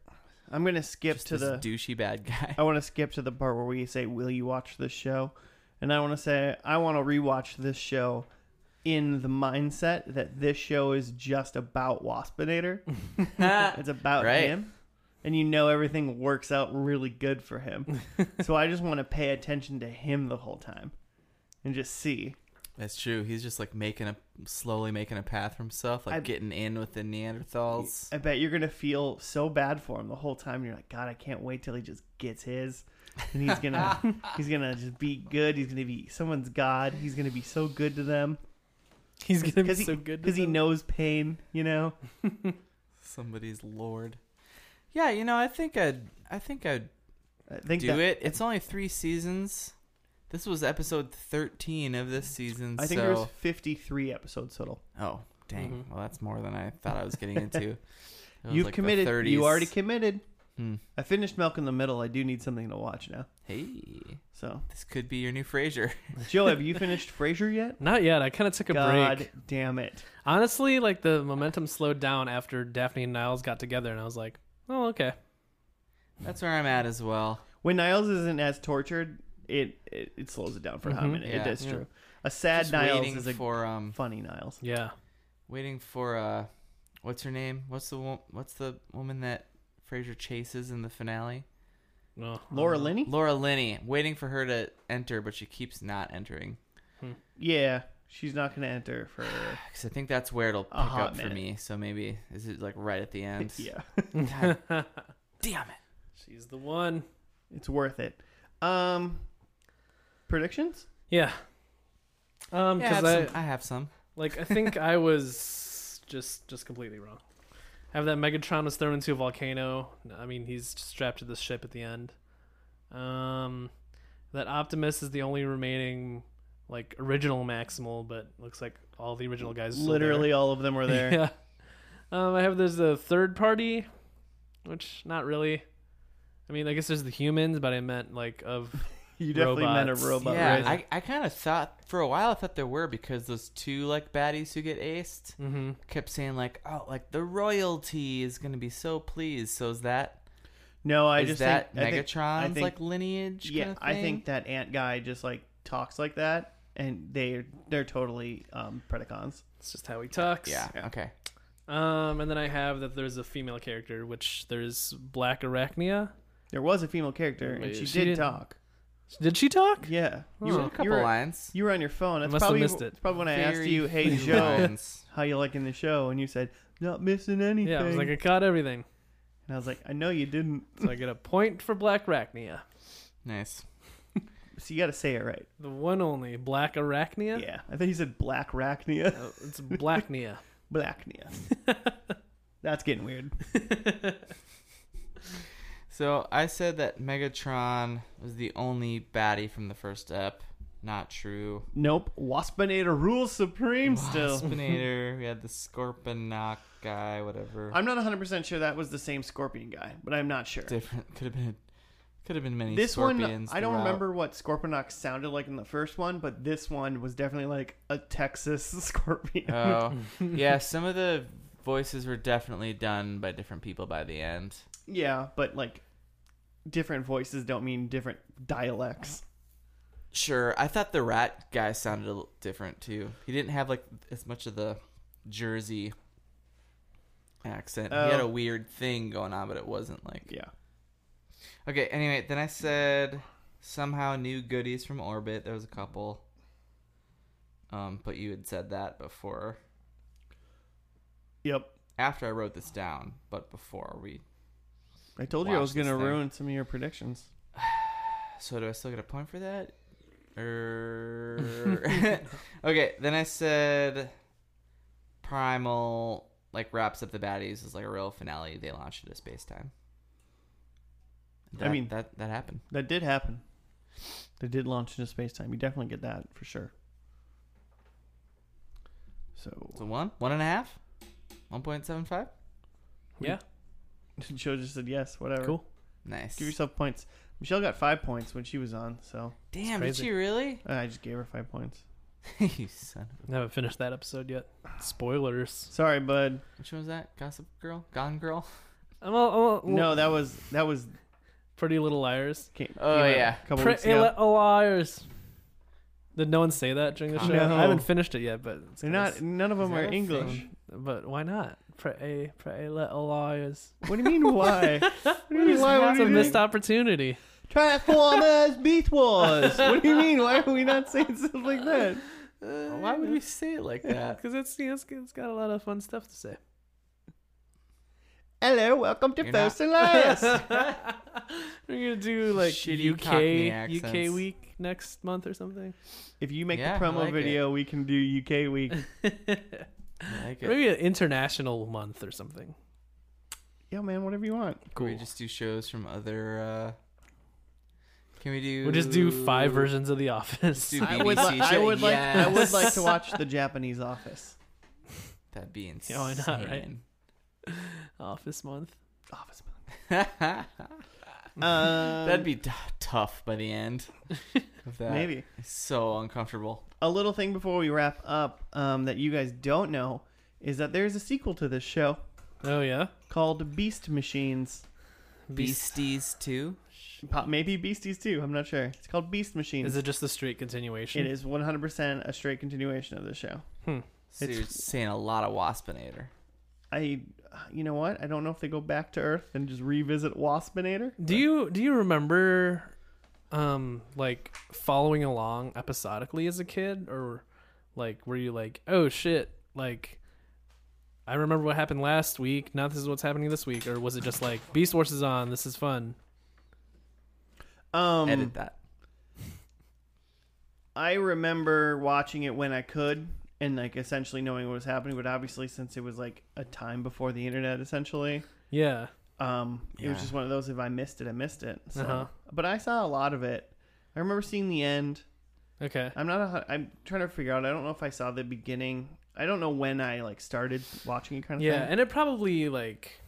Speaker 1: I'm gonna skip
Speaker 2: Just
Speaker 1: to
Speaker 2: this
Speaker 1: the.
Speaker 2: douchey bad guy.
Speaker 1: I want to skip to the part where we say, "Will you watch this show?" And I want to say, I want to rewatch this show in the mindset that this show is just about Waspinator. it's about
Speaker 2: Right.
Speaker 1: him, and you know everything works out really good for him. so I just want to pay attention to him the whole time, and just see.
Speaker 2: That's true. He's just like making a slowly making a path for himself, like
Speaker 1: I-
Speaker 2: getting in with the Neanderthals.
Speaker 1: I bet you're gonna feel so bad for him the whole time. You're like, God, I can't wait till he just gets his, and he's gonna he's gonna just be good. He's gonna be someone's God. He's gonna be so good to them.
Speaker 3: He's gonna be
Speaker 1: Because he-
Speaker 3: so good to
Speaker 1: because he
Speaker 3: them.
Speaker 1: knows pain. You know,
Speaker 2: Somebody's lord. Yeah, you know, I think I'd I think I'd
Speaker 1: I think
Speaker 2: do
Speaker 1: that,
Speaker 2: it. It's only three seasons. This was episode thirteen of this season.
Speaker 1: I think
Speaker 2: so...
Speaker 1: there was 53 episodes total.
Speaker 2: Oh, dang.
Speaker 3: Mhm.
Speaker 2: Well, that's more than I thought I was getting into. It was
Speaker 1: You've
Speaker 2: like the
Speaker 1: committed.
Speaker 2: 30s.
Speaker 1: You already committed.
Speaker 2: Hmm.
Speaker 1: I finished Milk in the Middle. I do need something to watch now.
Speaker 2: Hey,
Speaker 1: So,
Speaker 2: this could be your new Frasier.
Speaker 1: Joe, have you finished Frasier yet?
Speaker 3: Not yet. I kind of took a
Speaker 1: God
Speaker 3: break.
Speaker 1: damn it!
Speaker 3: Honestly, like the momentum slowed down after Daphne and Niles got together, and I was like, oh okay.
Speaker 2: That's where I'm at as well.
Speaker 1: When Niles isn't as tortured, it it, it slows it down for a hot
Speaker 3: Mhm.
Speaker 1: minute.
Speaker 2: Mm-hmm.
Speaker 1: it
Speaker 2: Yeah.
Speaker 1: is
Speaker 3: Yeah.
Speaker 1: true. A sad
Speaker 2: Just
Speaker 1: Niles
Speaker 2: waiting
Speaker 1: is a
Speaker 2: for um,
Speaker 1: funny Niles.
Speaker 3: Yeah.
Speaker 2: waiting for uh, what's her name? What's the wo- what's the woman that Frasier chases in the finale?
Speaker 3: No.
Speaker 1: Laura Linney?
Speaker 2: Uh, Laura Linney. Waiting for her to enter, but she keeps not entering.
Speaker 1: Yeah, she's not gonna enter for.
Speaker 2: Because I think that's where it'll pick
Speaker 1: A hot
Speaker 2: up for
Speaker 1: minute.
Speaker 2: me. So maybe is it like right at the end?
Speaker 1: yeah,
Speaker 2: God damn it.
Speaker 3: She's the one.
Speaker 1: it's worth it. Um, predictions?
Speaker 3: Yeah. Um,
Speaker 2: Yeah, I,
Speaker 3: because
Speaker 2: have
Speaker 3: I
Speaker 2: some- I have some.
Speaker 3: like I think I was just just completely wrong. Have that Megatron was thrown into a volcano. I mean, he's strapped to the ship at the end. Um, that Optimus is the only remaining like original Maximal, but looks like all the original guys are still there.
Speaker 1: Literally all of them were there.
Speaker 3: Yeah. Um, I have there's the third party, which not really. I mean, I guess there's the humans, but I meant like of
Speaker 1: You definitely meant a
Speaker 3: Robots.
Speaker 1: robot.
Speaker 2: yeah,
Speaker 1: right?
Speaker 2: I, I kind of thought for a while I thought there were because those two like baddies who get aced
Speaker 3: mm-hmm.
Speaker 2: kept saying like oh like the royalty is gonna be so pleased. So is that
Speaker 1: no, I
Speaker 2: is
Speaker 1: just
Speaker 2: that
Speaker 1: think, I think-
Speaker 2: Megatron's
Speaker 1: think-
Speaker 2: like lineage?
Speaker 1: yeah,
Speaker 2: kinda
Speaker 1: I
Speaker 2: thing?
Speaker 1: think that ant guy just like talks like that, and they they're totally um, Predacons.
Speaker 3: it's just how he talks.
Speaker 2: Yeah.
Speaker 1: Yeah.
Speaker 2: Okay.
Speaker 3: Um, and then I have that there's a female character, which there's Black Arachnia.
Speaker 1: There was a female character, and
Speaker 3: Wait,
Speaker 1: she,
Speaker 3: she
Speaker 1: did
Speaker 3: didn't-
Speaker 1: talk.
Speaker 3: Did she talk?
Speaker 1: Yeah,
Speaker 2: You
Speaker 1: you,
Speaker 2: had
Speaker 1: were,
Speaker 2: a couple
Speaker 1: you, were,
Speaker 2: lines.
Speaker 1: you were on your phone. That's
Speaker 3: must have
Speaker 1: probably
Speaker 3: missed it.
Speaker 1: that's probably when I asked
Speaker 2: Very
Speaker 1: you, "Hey
Speaker 2: few
Speaker 1: Joe,
Speaker 2: lines.
Speaker 1: how you liking the show?" And you said, "Not missing anything."
Speaker 3: Yeah, I was like, I caught everything.
Speaker 1: and I was like, "I know you didn't."
Speaker 3: So I get a point for Black Arachnia.
Speaker 2: Nice.
Speaker 1: So you got to say it right.
Speaker 3: The one only Black
Speaker 1: Yeah.
Speaker 3: Arachnia?
Speaker 1: I think you said Black Rachnia.
Speaker 3: Oh, it's Blacknia.
Speaker 1: Blacknia. That's getting weird.
Speaker 2: So I said that Megatron was the only baddie from the first ep. Not true.
Speaker 1: Nope. Waspinator rules supreme still.
Speaker 2: Waspinator. we had the Scorponok guy. Whatever.
Speaker 1: I'm not 100% sure that was the same scorpion guy, but I'm not sure.
Speaker 2: Different. Could have been. Could have been many.
Speaker 1: This one,
Speaker 2: scorpions
Speaker 1: I don't
Speaker 2: throughout.
Speaker 1: remember what Scorponok sounded like in the first one, but this one was definitely like a Texas scorpion.
Speaker 2: Oh, yeah. Some of the voices were definitely done by different people by the end.
Speaker 1: yeah, but like different voices don't mean different dialects.
Speaker 2: Sure. I thought the rat guy sounded a little different too. He didn't have like as much of the Jersey accent. He had
Speaker 1: Oh.
Speaker 2: a weird thing going on, but it wasn't like
Speaker 1: Yeah.
Speaker 2: Okay, anyway, then I said somehow new goodies from orbit. There was a couple. Um, but you had said that before
Speaker 1: Yep.
Speaker 2: after I wrote this down, but before we
Speaker 1: I told you I
Speaker 2: Watch
Speaker 1: was going to
Speaker 2: this thing.
Speaker 1: ruin some of your predictions.
Speaker 2: So do I still get a point for that? Er... okay, then I said Primal like wraps up the baddies is like a real finale. They launched into space time.
Speaker 1: I mean-
Speaker 2: that that happened.
Speaker 1: That did happen. They did launch into space time. You definitely get that for sure.
Speaker 2: So
Speaker 1: So,
Speaker 2: one, one and a half, one point seven five.
Speaker 3: yeah.
Speaker 1: Joe just said yes, whatever.
Speaker 3: Cool.
Speaker 2: Nice.
Speaker 1: Give yourself points. Michelle got five points when she was on, so
Speaker 2: Damn, did
Speaker 3: crazy.
Speaker 2: she really?
Speaker 1: I just gave her five points.
Speaker 2: you son of
Speaker 3: I haven't finished that episode yet. Spoilers.
Speaker 1: Sorry, bud.
Speaker 2: a- Which one was that? Gossip Girl? Gone Girl?
Speaker 3: I'm all, I'm all-
Speaker 1: No, that was that was.
Speaker 3: Pretty Little Liars.
Speaker 1: Came,
Speaker 2: Oh,
Speaker 1: came out
Speaker 2: yeah.
Speaker 1: a couple weeks
Speaker 3: Pretty
Speaker 1: ago.
Speaker 3: Little Liars. Did no one say that during the show?
Speaker 1: No.
Speaker 3: I haven't finished it yet, but it's
Speaker 1: They're not.
Speaker 3: close.
Speaker 1: None of
Speaker 2: Is
Speaker 1: them
Speaker 2: that
Speaker 1: are
Speaker 2: a
Speaker 1: English.
Speaker 2: thing?
Speaker 3: But why not? Pretty, pretty little liars.
Speaker 1: What do you mean? Why? what do you mean? Why? What
Speaker 3: That's
Speaker 1: do
Speaker 3: a
Speaker 1: you mean?
Speaker 3: missed opportunity.
Speaker 1: Transformers Beast Wars. What do you mean? Why are we not saying stuff like that?
Speaker 2: Why would we say it like that?
Speaker 3: Because it's, you know, it's it's got a lot of fun stuff to say.
Speaker 1: Hello, welcome to
Speaker 2: You're
Speaker 1: First and
Speaker 3: We're
Speaker 1: Last.
Speaker 3: gonna do like
Speaker 2: Shitty Cockney
Speaker 3: UK
Speaker 2: accents.
Speaker 3: UK week next month or something.
Speaker 1: if you make
Speaker 2: Yeah, I
Speaker 1: the promo
Speaker 2: like it.
Speaker 1: video, we can do UK week.
Speaker 2: I like it.
Speaker 3: Maybe an international month or something.
Speaker 1: Yo, man, whatever you want.
Speaker 3: Cool.
Speaker 2: Can we just do shows from other? uh Can we do?
Speaker 3: We'll just do five versions of The Office.
Speaker 2: do-
Speaker 1: I would,
Speaker 2: BBC
Speaker 1: li- I
Speaker 2: show,
Speaker 1: would like. I would
Speaker 2: yes.
Speaker 1: like to watch the Japanese Office.
Speaker 2: That'd be insane.
Speaker 3: Yeah, why not, right? Office month.
Speaker 1: Office.
Speaker 2: That'd be t- tough by the end. Of that.
Speaker 1: Um, maybe
Speaker 2: It's so uncomfortable.
Speaker 1: a little thing before we wrap up um, that you guys don't know is that there's a sequel to this show
Speaker 3: Oh yeah.
Speaker 1: called Beast Machines.
Speaker 2: Beasties too.
Speaker 1: Po- Maybe Beasties too. I'm not sure. It's called Beast Machines.
Speaker 3: Is it just the straight continuation?
Speaker 1: It is 100% a straight continuation of the show.
Speaker 2: So
Speaker 1: It's-
Speaker 2: you're saying a lot of waspinator.
Speaker 1: I, you know what? I don't know if they go back to Earth and just revisit Waspinator.
Speaker 3: Do you do you remember um like following along episodically as a kid or like were you like, "Oh shit, like I remember what happened last week, now this is what's happening this week" or was it just like Beast Wars is on, this is fun?
Speaker 1: Um,
Speaker 2: Edit that.
Speaker 1: I remember watching it when I could and like essentially knowing what was happening, but obviously since it was like a time before the internet, essentially,
Speaker 3: Yeah.
Speaker 1: um, it was
Speaker 2: Yeah.
Speaker 1: just one of those. If I missed it, I missed it. So,
Speaker 3: Uh-huh.
Speaker 1: but I saw a lot of it. I remember seeing the end.
Speaker 3: Okay.
Speaker 1: I'm not. A, I'm trying to figure out. I don't know if I saw the beginning. I don't know when I like started watching it. Kind of
Speaker 3: Yeah,
Speaker 1: thing.
Speaker 3: and it probably like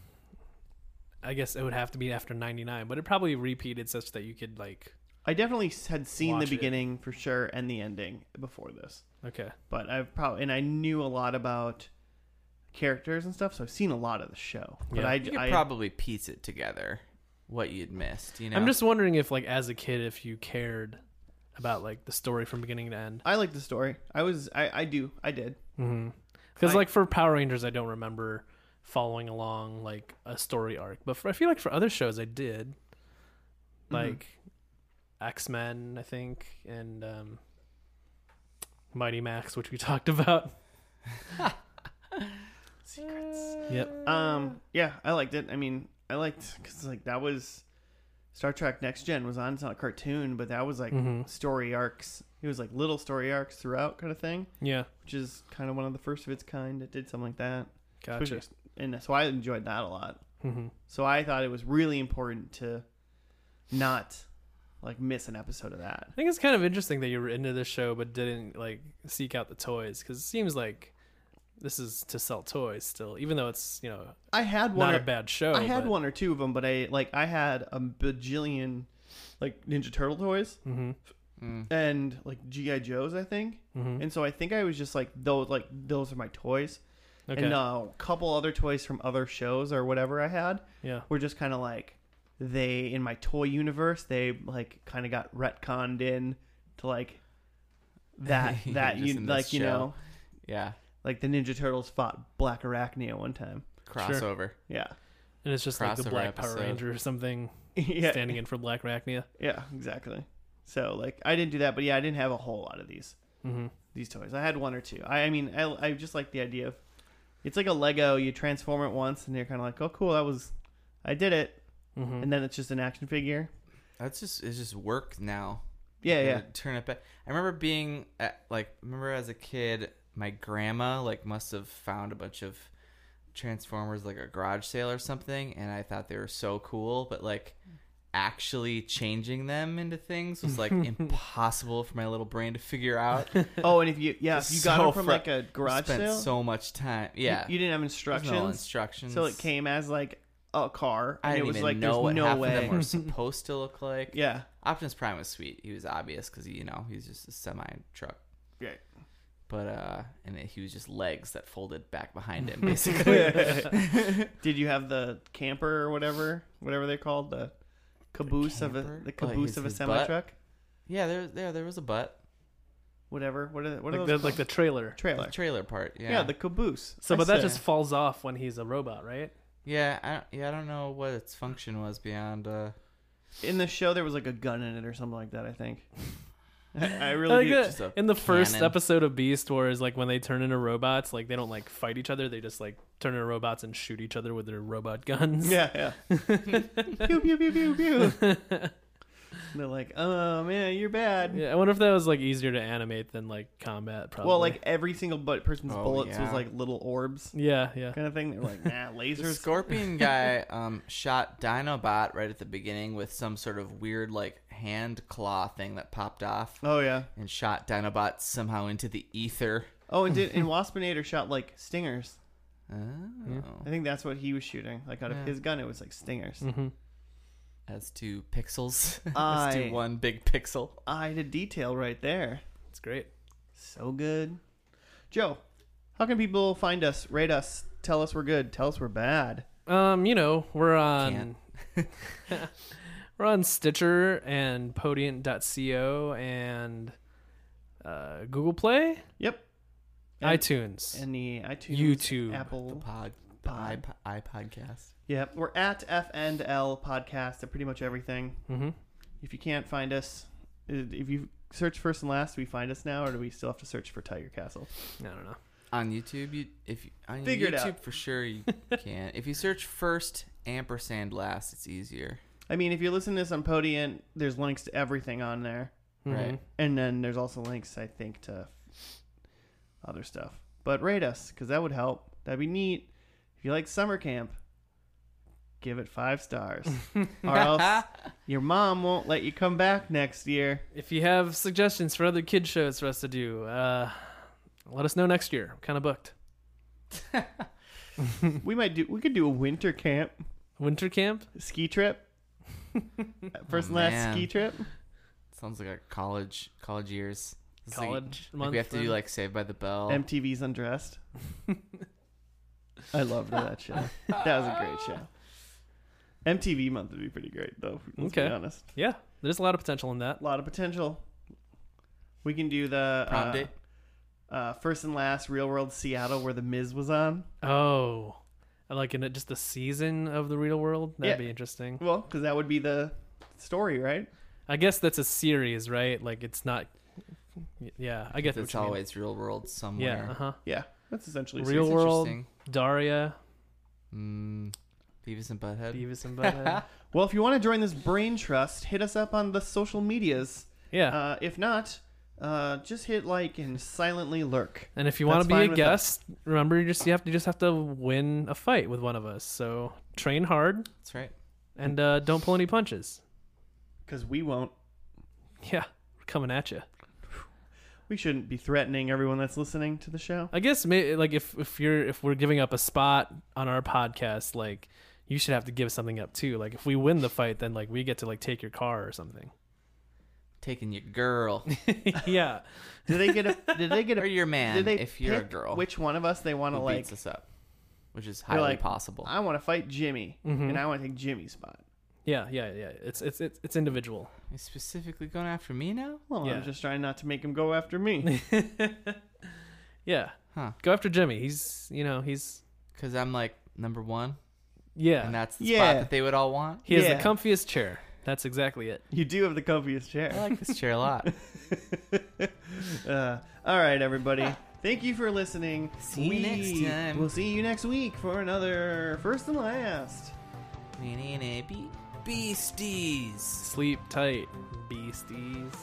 Speaker 3: I guess it would have to be after 99, but it probably repeated such that you could like
Speaker 1: I definitely had seen
Speaker 3: Watch
Speaker 1: the
Speaker 3: it.
Speaker 1: beginning for sure and the ending before this.
Speaker 3: okay.
Speaker 1: but I've probably and I knew a lot about characters and stuff, so I've seen a lot of the show. But
Speaker 3: Yeah.
Speaker 1: I,
Speaker 2: You could
Speaker 1: I-
Speaker 2: probably piece it together. What you'd missed, you know.
Speaker 3: I'm just wondering if like as a kid if you cared about like the story from beginning to end.
Speaker 1: I like the story. I was I, I do I did. I-
Speaker 3: Because Mm-hmm. like for Power Rangers, I don't remember following along like a story arc, but for, I feel like for other shows I did,
Speaker 1: Mm-hmm.
Speaker 3: like X Men, I think, and um, Mighty Max, which we talked about.
Speaker 1: Secrets.
Speaker 3: Yep.
Speaker 1: Um. Yeah, I liked it. I mean, I liked because like that was Star Trek Next Gen was on. It's not a cartoon, but that was like
Speaker 3: Mhm.
Speaker 1: story arcs. It was like little story arcs throughout, kind of thing,
Speaker 3: Yeah.
Speaker 1: which is kind of one of the first of its kind that did something like that.
Speaker 3: Gotcha.
Speaker 1: Especially- And so I enjoyed that a lot.
Speaker 3: hmm
Speaker 1: So I thought it was really important to not like miss an episode of that.
Speaker 3: I think it's kind of interesting that you were into this show but didn't like seek out the toys because it seems like this is to sell toys still, even though it's you know
Speaker 1: I had one.
Speaker 3: not
Speaker 1: or,
Speaker 3: a bad show.
Speaker 1: I had
Speaker 3: but-
Speaker 1: one or two of them, but I like I had a bajillion like Ninja Turtle toys
Speaker 3: Mhm.
Speaker 2: Mm.
Speaker 1: and like GI Joes, I think.
Speaker 3: Mhm.
Speaker 1: And so I think I was just like those like those are my toys.
Speaker 3: Okay.
Speaker 1: And uh, a couple other toys from other shows or whatever I had
Speaker 3: yeah.
Speaker 1: were just kind of like they in my toy universe they like kind of got retconned in to like that
Speaker 2: You're
Speaker 1: that
Speaker 2: just
Speaker 1: you
Speaker 2: in this
Speaker 1: like you
Speaker 2: show.
Speaker 1: know
Speaker 2: Yeah.
Speaker 1: like the Ninja Turtles fought Black Arachne at one time.
Speaker 2: Crossover.
Speaker 1: Yeah.
Speaker 3: And it's just like the
Speaker 2: crossover
Speaker 3: Black Power
Speaker 2: episode.
Speaker 3: Ranger or something
Speaker 1: yeah.
Speaker 3: standing in for Black Arachnia.
Speaker 1: Yeah, exactly. So like I didn't do that, but yeah, I didn't have a whole lot of these
Speaker 3: Mm-hmm.
Speaker 1: these toys. I had one or two. I, I mean, I, I just like the idea of it's like a Lego. You transform it once, and you're kind of like, oh, cool, that was, I did it,
Speaker 3: Mm-hmm.
Speaker 1: and then it's just an action figure.
Speaker 2: That's just it's just work now.
Speaker 1: Yeah,
Speaker 2: You
Speaker 1: yeah.
Speaker 2: gotta Turn it back. I remember being at, like remember as a kid, my grandma like must have found a bunch of Transformers like a garage sale or something, and I thought they were so cool, but like actually changing them into things was like impossible for my little brain to figure out.
Speaker 1: Oh, and if you yeah, if you got
Speaker 2: So
Speaker 1: it from
Speaker 2: fr-
Speaker 1: like a garage
Speaker 2: Spent
Speaker 1: sale,
Speaker 2: so much time.
Speaker 1: you-
Speaker 2: Yeah.
Speaker 1: you, didn't have
Speaker 2: There's no
Speaker 1: instructions,
Speaker 2: instructions.
Speaker 1: so it came as like a car, and
Speaker 2: I
Speaker 1: it
Speaker 2: didn't
Speaker 1: was
Speaker 2: even
Speaker 1: like
Speaker 2: know what
Speaker 1: there's no
Speaker 2: half of
Speaker 1: way.
Speaker 2: them were supposed to look like.
Speaker 1: yeah,
Speaker 2: Optimus Prime was sweet. He was obvious because you know he's just a semi truck,
Speaker 1: great.
Speaker 2: but uh, and he was just legs that folded back behind him, basically.
Speaker 1: Did you have the camper or whatever, whatever they called the caboose of a
Speaker 2: camper?
Speaker 1: the
Speaker 2: Like
Speaker 1: caboose
Speaker 2: his-
Speaker 1: of a
Speaker 2: his
Speaker 1: semi
Speaker 2: butt?
Speaker 1: truck?
Speaker 2: yeah, there, there, there was a butt
Speaker 1: Whatever. What are what are
Speaker 3: Like the,
Speaker 1: those?
Speaker 3: like the
Speaker 1: called?
Speaker 3: trailer.
Speaker 1: trailer.
Speaker 2: the trailer part. Yeah,
Speaker 1: yeah. the caboose.
Speaker 3: So,
Speaker 1: I
Speaker 3: but that
Speaker 1: said-
Speaker 3: just falls off when he's a robot, right?
Speaker 2: yeah, I don't, yeah, I don't know what its function was beyond. Uh,
Speaker 1: in the show there was like a gun in it or something like that. I think. I, I really
Speaker 3: Like
Speaker 1: do.
Speaker 3: uh,
Speaker 2: just a
Speaker 3: in the first
Speaker 2: cannon.
Speaker 3: episode of Beast Wars, like when they turn into robots, like they don't like fight each other; they just like turn into robots and shoot each other with their robot guns.
Speaker 1: Yeah, yeah. pew pew pew pew pew. They're like, oh man, you're bad.
Speaker 3: Yeah, I wonder if that was like easier to animate than like combat. Probably.
Speaker 1: Well, like every single but person's
Speaker 2: Oh,
Speaker 1: bullets was
Speaker 2: yeah.
Speaker 1: like little orbs
Speaker 3: yeah, yeah.
Speaker 1: kind of thing. They're like, nah,
Speaker 2: the
Speaker 1: lasers.
Speaker 2: scorpion guy um, shot Dinobot right at the beginning with some sort of weird like hand claw thing that popped off
Speaker 1: Oh yeah.
Speaker 2: and shot Dinobot somehow into the ether.
Speaker 1: Oh, and did and Waspinator shot like stingers.
Speaker 2: Oh,
Speaker 1: I think that's what he was shooting. Like out of
Speaker 2: Yeah. Mm.
Speaker 1: his gun, it was like stingers.
Speaker 3: Mhm.
Speaker 2: as to pixels, as
Speaker 1: I-
Speaker 2: to one big pixel.
Speaker 1: Eye to detail right there.
Speaker 3: It's great.
Speaker 1: So good. Joe, how can people find us, rate us, tell us we're good, tell us we're bad?
Speaker 3: Um, you know, we're on we're on Stitcher and Podient.co and uh, Google Play,
Speaker 1: Yep. And-
Speaker 3: iTunes.
Speaker 1: And the iTunes,
Speaker 3: YouTube.
Speaker 2: The
Speaker 1: Apple.
Speaker 2: pod, the iPod, iPodcast.
Speaker 1: Yep. We're at FNL Podcast at pretty much everything.
Speaker 3: mm-hmm.
Speaker 1: If you can't find us, if you search first and last, we find us now, or do we still have to search for Tiger Castle?
Speaker 3: I don't know.
Speaker 2: On YouTube, you if you, on
Speaker 1: Figure it
Speaker 2: YouTube
Speaker 1: out.
Speaker 2: for sure you can. if you search first ampersand last, it's easier.
Speaker 1: I mean, if you're listening to this on Podient, there's links to everything on there.
Speaker 2: Right.
Speaker 3: Mhm.
Speaker 1: And then there's also links, I think, to other stuff. But rate us because that would help. That'd be neat. If you like summer camp, give it five stars, or else your mom won't let you come back next year.
Speaker 3: If you have suggestions for other kid shows for us to do, uh, let us know next year. I'm kind of booked.
Speaker 1: We might do. We could do a winter camp,
Speaker 3: Winter camp?
Speaker 1: ski trip, first and
Speaker 2: Oh,
Speaker 1: last
Speaker 2: man.
Speaker 1: ski trip.
Speaker 2: Sounds like our college college years. It's like-
Speaker 3: College
Speaker 2: like
Speaker 3: month.
Speaker 2: we have to do
Speaker 3: then?
Speaker 2: like Saved by the Bell.
Speaker 1: MTV's Undressed. I loved that show. That was a great show. MTV month would be pretty great, though. Let's
Speaker 3: Okay.
Speaker 1: be honest.
Speaker 3: Yeah, there's a lot of potential in that.
Speaker 1: A lot of potential. We can do the
Speaker 2: Prom
Speaker 1: uh,
Speaker 2: date.
Speaker 1: uh, first and last Real World Seattle where the Miz was on.
Speaker 3: Oh, I like in it just the season of the real world. That'd
Speaker 1: Yeah.
Speaker 3: be interesting.
Speaker 1: Well, because that would be the story, right?
Speaker 3: I guess that's a series, right? Like it's not. Yeah, I guess
Speaker 2: It's always real world somewhere.
Speaker 3: Yeah, uh huh.
Speaker 1: Yeah, that's essentially
Speaker 3: Real
Speaker 1: season-
Speaker 2: It's
Speaker 3: world.
Speaker 2: interesting.
Speaker 3: Daria,
Speaker 2: Mm, Beavis and Butthead.
Speaker 3: Beavis and Butthead.
Speaker 1: Well, if you want to join this brain trust, hit us up on the social medias.
Speaker 3: yeah,
Speaker 1: Uh, if not, uh, just hit like and silently lurk.
Speaker 3: and if you
Speaker 1: that's
Speaker 3: want to be
Speaker 1: fine
Speaker 3: a
Speaker 1: with
Speaker 3: guest, remember you just you have to just have to win a fight with one of us. So train hard
Speaker 2: That's right.
Speaker 3: and uh, don't pull any punches.
Speaker 1: Because we won't.
Speaker 3: Yeah, we're coming at you.
Speaker 1: We shouldn't be threatening everyone that's listening to the show.
Speaker 3: I guess may like if if you're if we're giving up a spot on our podcast, like you should have to give something up too. Like if we win the fight, then like we get to like take your car or something.
Speaker 2: Taking your girl
Speaker 3: yeah,
Speaker 1: Did they get a? Did they get
Speaker 2: or
Speaker 1: a?
Speaker 2: your man
Speaker 1: Did they
Speaker 2: if you're a
Speaker 1: pick
Speaker 2: girl.
Speaker 1: Which one of us they want to
Speaker 2: Oh. who
Speaker 1: like?
Speaker 2: beats us up, which is
Speaker 1: They're
Speaker 2: highly
Speaker 1: like,
Speaker 2: possible.
Speaker 1: I want to fight Jimmy,
Speaker 2: Mm-hmm.
Speaker 3: Mhm.
Speaker 1: and I want to take Jimmy's spot.
Speaker 3: yeah, yeah, yeah. It's it's it's, it's individual.
Speaker 2: He's specifically going after me now?
Speaker 1: Well,
Speaker 3: Yeah.
Speaker 1: I'm just trying not to make him go after me.
Speaker 3: Yeah,
Speaker 2: Huh.
Speaker 3: go after Jimmy. He's you know he's
Speaker 2: Because I'm like number one,
Speaker 3: yeah.
Speaker 2: and that's the
Speaker 1: Yeah.
Speaker 2: spot that they would all want.
Speaker 3: he has
Speaker 1: Yeah.
Speaker 3: the comfiest chair. That's exactly it.
Speaker 1: you do have the comfiest
Speaker 2: I
Speaker 1: chair.
Speaker 2: like this chair a lot.
Speaker 1: Uh, all right, everybody. Thank you for listening.
Speaker 2: See you next time.
Speaker 1: We'll see you next week for another first and last.
Speaker 2: Beasties.
Speaker 3: Sleep tight, beasties.